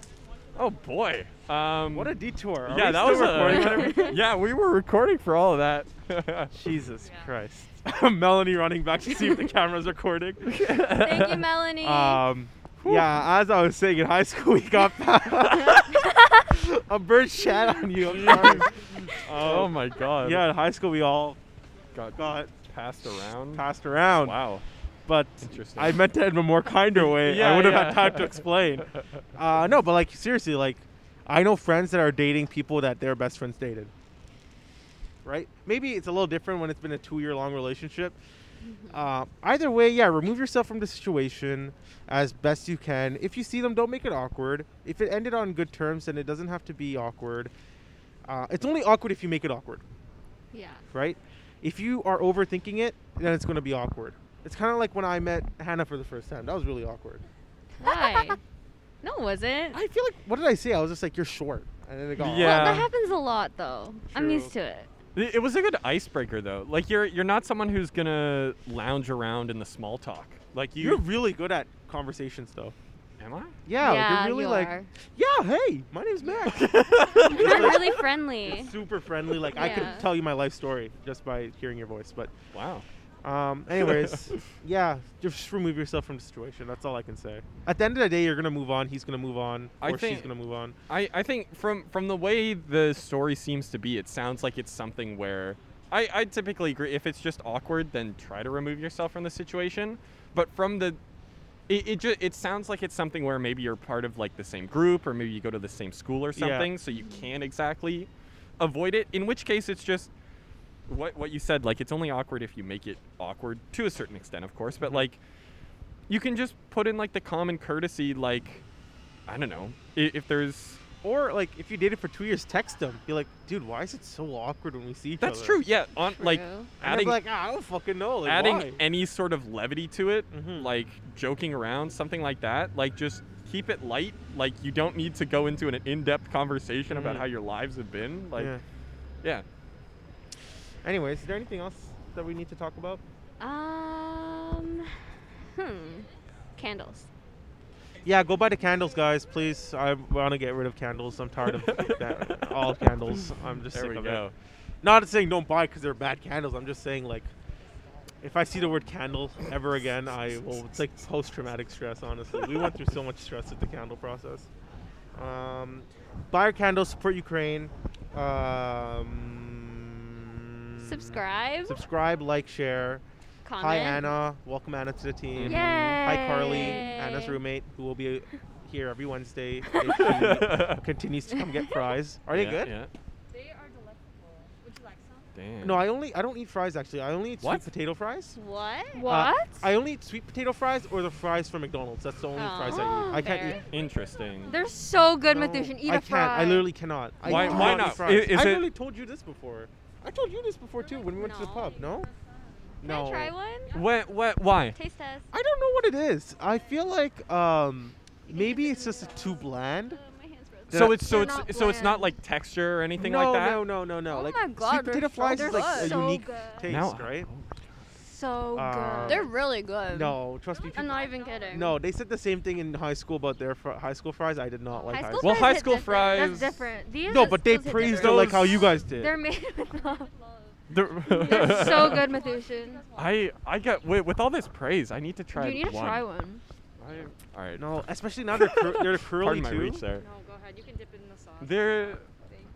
S6: Oh boy. Um,
S1: What a detour. Are
S6: yeah,
S1: we
S6: that
S1: still
S6: was
S1: recording?
S6: A, yeah, we were recording for all of that.
S1: Jesus Christ. Melanie running back to see if the camera's recording.
S13: Thank you, Melanie.
S1: Um, yeah, as I was saying in high school, we got a bird shat on you. I'm sorry.
S6: oh my god.
S1: Yeah, in high school, we all
S6: Got
S1: got
S6: passed around.
S1: passed around.
S6: Wow.
S1: But
S6: Interesting.
S1: I meant to end in a more kinder way.
S6: Yeah,
S1: I wouldn't
S6: yeah.
S1: have had time to explain. Uh, no, but like seriously, like I know friends that are dating people that their best friends dated. Right? Maybe it's a little different when it's been a two-year-long relationship.
S6: Mm-hmm.
S1: Uh, either way, yeah, remove yourself from the situation as best you can. If you see them, don't make it awkward. If it ended on good terms, then it doesn't have to be awkward. Uh, it's only awkward if you make it awkward
S13: Yeah.
S1: right? If you are overthinking it, then it's going to be awkward. It's kind of like when I met Hannah for the first time. That was really awkward.
S13: Why? No, it wasn't.
S1: I feel like what did I say? I was just like, "You're short," and then it got
S6: Yeah.
S13: Well, that happens a lot though. I'm used to it.
S6: It it was a good icebreaker though. Like you're you're not someone who's gonna lounge around in the small talk. Like you.
S1: You're really good at conversations, though.
S6: am I?
S1: Yeah, like,
S13: Yeah,
S1: you're really
S13: you
S1: like,
S13: are.
S1: yeah, "Oh, hey, my name's Max.
S13: You're really friendly.
S1: Super friendly. Like I could
S13: Yeah.
S1: tell you my life story just by hearing your voice. But,
S6: Wow.
S1: um, anyways, yeah, just remove yourself from the situation. That's all I can say. At the end of the day, you're gonna move on. He's gonna move on,
S6: I
S1: or she's
S6: think-
S1: gonna move on.
S6: I, I think from from the way the story seems to be, it sounds like it's something where I, I typically agree. If it's just awkward, then try to remove yourself from the situation. But from the it it, ju- it sounds like it's something where maybe you're part of like the same group or maybe you go to the same school or
S1: Yeah.
S6: something, so you can't exactly avoid it. In which case, it's just what what you said. Like it's only awkward if you make it awkward to a certain extent, of course. But like you can just put in like the common courtesy, like I don't know i- if there's
S1: Or like if you dated for two years, text them. Be like, dude, why is it so awkward when we see each
S6: That's
S1: other?
S6: true. Yeah, on like
S13: True.
S1: And they'd be
S6: adding
S1: like, "Ah, I don't fucking know. Like,
S6: adding
S1: why?"
S6: any sort of levity to it,
S1: Mhm.
S6: like joking around, something like that. Like just keep it light. Like you don't need to go into an in-depth conversation about
S1: Mhm.
S6: how your lives have been. Like
S1: Yeah.
S6: yeah.
S1: Anyways, is there anything else that we need to talk about?
S13: Um. Hmm. Candles.
S1: Yeah, go buy the candles, guys, please. I want to get rid of candles. I'm tired of that, all candles. I'm just
S6: There
S1: sick
S6: we
S1: of
S6: go.
S1: it. Not saying don't buy because they're bad candles. I'm just saying like, if I see the word candle ever again, I will. It's like post-traumatic stress. Honestly, we went through so much stress with the candle process. Um, buy our candles, support Ukraine. Um,
S13: Subscribe.
S1: Subscribe, like, share.
S13: comment.
S1: Hi Anna, welcome Anna to the team.
S13: Yay.
S1: Hi Carly, Anna's roommate, who will be uh, here every Wednesday if she continues to come get fries. Are they
S6: Yeah,
S1: good?
S6: Yeah.
S10: They are delectable. Would you like some?
S6: Damn.
S1: No, I only I don't eat fries actually. I only eat
S6: What?
S1: sweet potato fries.
S13: What?
S1: Uh, I only eat sweet potato fries or the fries from McDonald's. That's the only fries I eat. I can't eat.
S6: Interesting.
S2: They're so good,
S1: no,
S2: Mithushin. Eat
S1: I
S2: a
S1: can't. I literally cannot. I
S6: Why-
S1: do
S6: why
S1: not?
S6: not?
S1: Eat fries.
S6: I- is
S1: I
S6: it-
S1: literally told you this before. I told you this before too when we went to the pub. No.
S3: Can
S1: no.
S3: I try one?
S6: What? What? Why?
S3: Taste test.
S1: I don't know what it is. I feel like um, maybe it's just too bland.
S6: So it's so it's so it's not like texture or anything
S1: no,
S6: like that.
S1: No, no, no, no. like
S8: my God,
S1: sweet
S8: they're
S1: potato
S8: so
S1: fries is like a
S8: good.
S1: unique
S8: So
S1: taste,
S6: Now-
S1: right?
S2: Oh,
S8: So
S1: good.
S2: Uh,
S1: Um,
S8: They're really good.
S1: No, trust me.
S8: I'm
S1: people-
S8: not even kidding.
S1: No, they said the same thing in high school about their fr- high school fries. I did not like
S2: High
S1: high
S2: school
S1: school.
S6: Well, high school fries.
S2: That's different. These
S1: no,
S2: are-
S1: but they
S2: those hit
S1: praised it
S2: different.
S1: like how you guys did.
S2: They're made with love.
S6: They're
S2: so good, Mithushin.
S6: I I got with, with all this praise. I need to try.
S2: You need to
S6: one.
S2: try one.
S6: All right.
S1: no, especially now they're cur- they're curly
S6: Pardon my
S1: too.
S6: reach there.
S13: No, go ahead. You can dip it in the sauce.
S6: They're.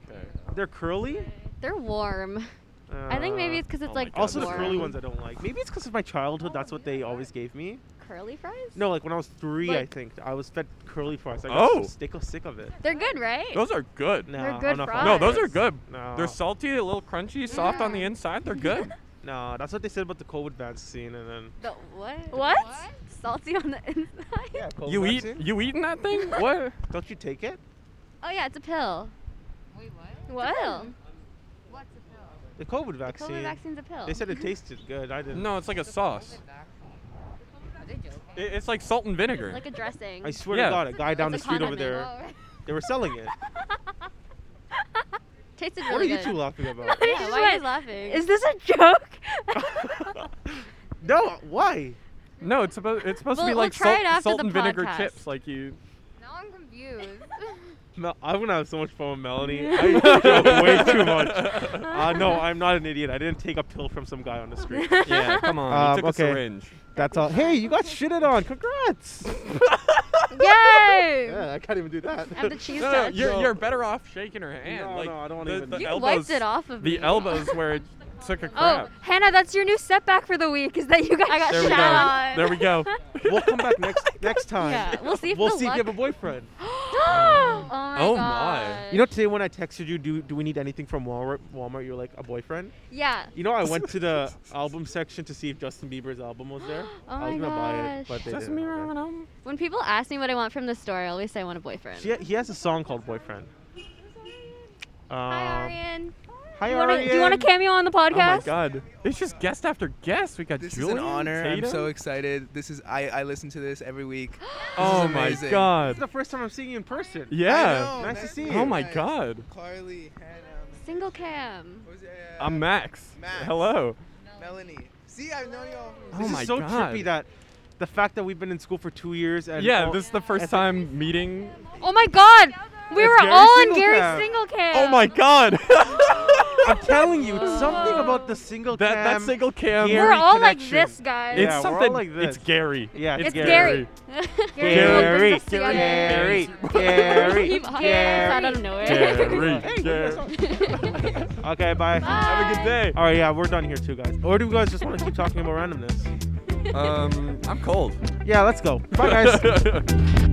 S6: Okay.
S1: They're curly.
S3: They're warm. I think maybe it's 'cause it's,
S6: oh my
S3: like,
S6: God,
S1: Also, the
S6: they're
S1: curly
S6: good.
S1: ones I don't like. Maybe it's because of my childhood. That's what they always gave me.
S3: Curly fries?
S1: No, like when I was three, I
S3: Like-
S1: think I was fed curly fries. I got so
S6: Oh.
S1: sick of sick of it.
S3: They're good, right?
S6: Those are good.
S1: No,
S2: They're
S1: I'm
S2: good
S1: not
S2: fries.
S6: No, those are good.
S1: No.
S6: They're salty, a little crunchy, soft on the inside. They're good.
S1: No, that's what they said about the COVID vaccine, and then
S3: The what?
S2: What?
S3: Salty on the inside?
S1: yeah, COVID
S6: you eat
S1: vaccine?
S6: you eating that thing? what?
S1: Don't you take it?
S3: Oh yeah, it's a pill.
S5: Wait, what?
S3: What?
S5: What's the pill?
S1: The COVID
S3: COVID
S1: vaccine.
S3: vaccine's a pill.
S1: They said it tasted good. I didn't.
S6: No, it's like a sauce. I- It's like salt and vinegar.
S3: like a dressing.
S1: I swear
S6: Yeah.
S1: to God, a guy down the
S3: It's a
S1: street over there,
S3: condiment.
S1: they were selling it.
S3: Tasted
S1: what are
S3: really
S1: you
S3: good.
S1: two laughing about?
S3: Yeah, why are you laughing?
S2: Is this a joke?
S1: no, why?
S6: No, it's supposed it's supposed to be
S3: We'll- we'll
S6: like
S3: try it
S6: salt,
S3: after
S6: salt
S3: the
S6: and vinegar
S3: podcast.
S6: chips. Like you.
S5: Now I'm confused.
S1: Mel, I'm gonna have so much fun with Melanie. I joke way too much. Uh, no, I'm not an idiot. I didn't take a pill from some guy on the street.
S6: Yeah, come on.
S1: Um,
S6: you took
S1: okay.
S6: a syringe.
S1: That's all. Hey, you got shitted on. Congrats.
S2: Yay!
S1: yeah, I can't even do that.
S3: Have the cheese
S6: No, no,
S3: touch.
S6: you're,
S1: No.
S6: you're better off shaking her hand.
S1: No,
S6: like
S1: no, I don't wanna
S6: the,
S1: even-
S6: the
S3: you
S6: elbows,
S3: wiped it off of me.
S6: The elbows where it took a crap.
S2: Oh, Hannah, that's your new setback for the week. Is that you guys? I
S6: there we go. There we go.
S1: we'll come back next next time.
S3: Yeah, we'll see if
S1: we'll
S3: the
S1: see if
S3: luck-
S1: you have a boyfriend.
S3: Oh my
S6: Oh my.
S3: god.
S1: You know, today when I texted you, do do we need anything from Walmart? Walmart, you're like a boyfriend.
S3: Yeah.
S1: You know, I went to the album section to see if Justin Bieber's album was there.
S3: Oh
S1: I was
S3: my
S1: gonna buy it,
S3: gosh.
S1: but they
S6: Doesn't mean
S1: didn't.
S6: we're
S1: have
S6: having
S1: it.
S6: them.
S3: When people ask me what I want from the store, I always say I want a boyfriend.
S1: She, he has a song called Boyfriend. Um,
S3: Hi, Arian.
S1: Hi,
S2: You wanna-
S1: Arian.
S2: do you want a cameo on the
S6: Oh my
S2: podcast?
S6: god. It's just guest after guest. We got
S14: This
S6: Julian
S14: is an honor.
S6: Tatum.
S14: I'm so excited. This is I, I listen to this every week. This
S6: Oh
S14: is
S6: my
S14: amazing.
S1: This is
S6: god.
S1: the first time I'm seeing you in person.
S6: Yeah.
S14: know.
S1: Nice to
S14: that's
S1: see you.
S6: Oh my
S14: nice.
S6: god.
S14: Carly, Hannah,
S3: Single cam.
S14: what was it, uh,
S6: I'm Max.
S14: Max.
S6: Hello.
S14: Melanie. See, I've known you all.
S6: Oh
S1: This
S6: my
S1: is so
S6: god.
S1: trippy that the fact that we've been in school for two years and
S6: yeah,
S1: oh,
S6: this is the
S1: and-
S6: first time meeting.
S2: Oh my God! We
S1: It's
S2: were
S1: Gary
S2: all on
S1: Single Cam.
S2: Gary's single cam.
S6: Oh my god.
S1: I'm telling you, it's something about the single
S6: That
S1: cam.
S6: that single cam.
S1: Gary
S2: We're all
S1: connection.
S2: like this, guys.
S6: It's
S1: Yeah, we're all
S6: something.
S1: like this.
S6: It's Gary.
S1: Yeah,
S6: it's,
S1: it's
S2: Gary.
S1: Gary.
S2: Gary.
S1: Gary.
S3: He
S1: Gary.
S3: out of nowhere.
S6: Gary.
S1: Hey,
S6: Gary.
S1: Okay, bye.
S6: Have a good day.
S1: All right, yeah, we're done here too, guys. Or do you guys just want to keep talking about randomness?
S6: Um, I'm cold.
S1: Yeah, let's go. Bye, guys.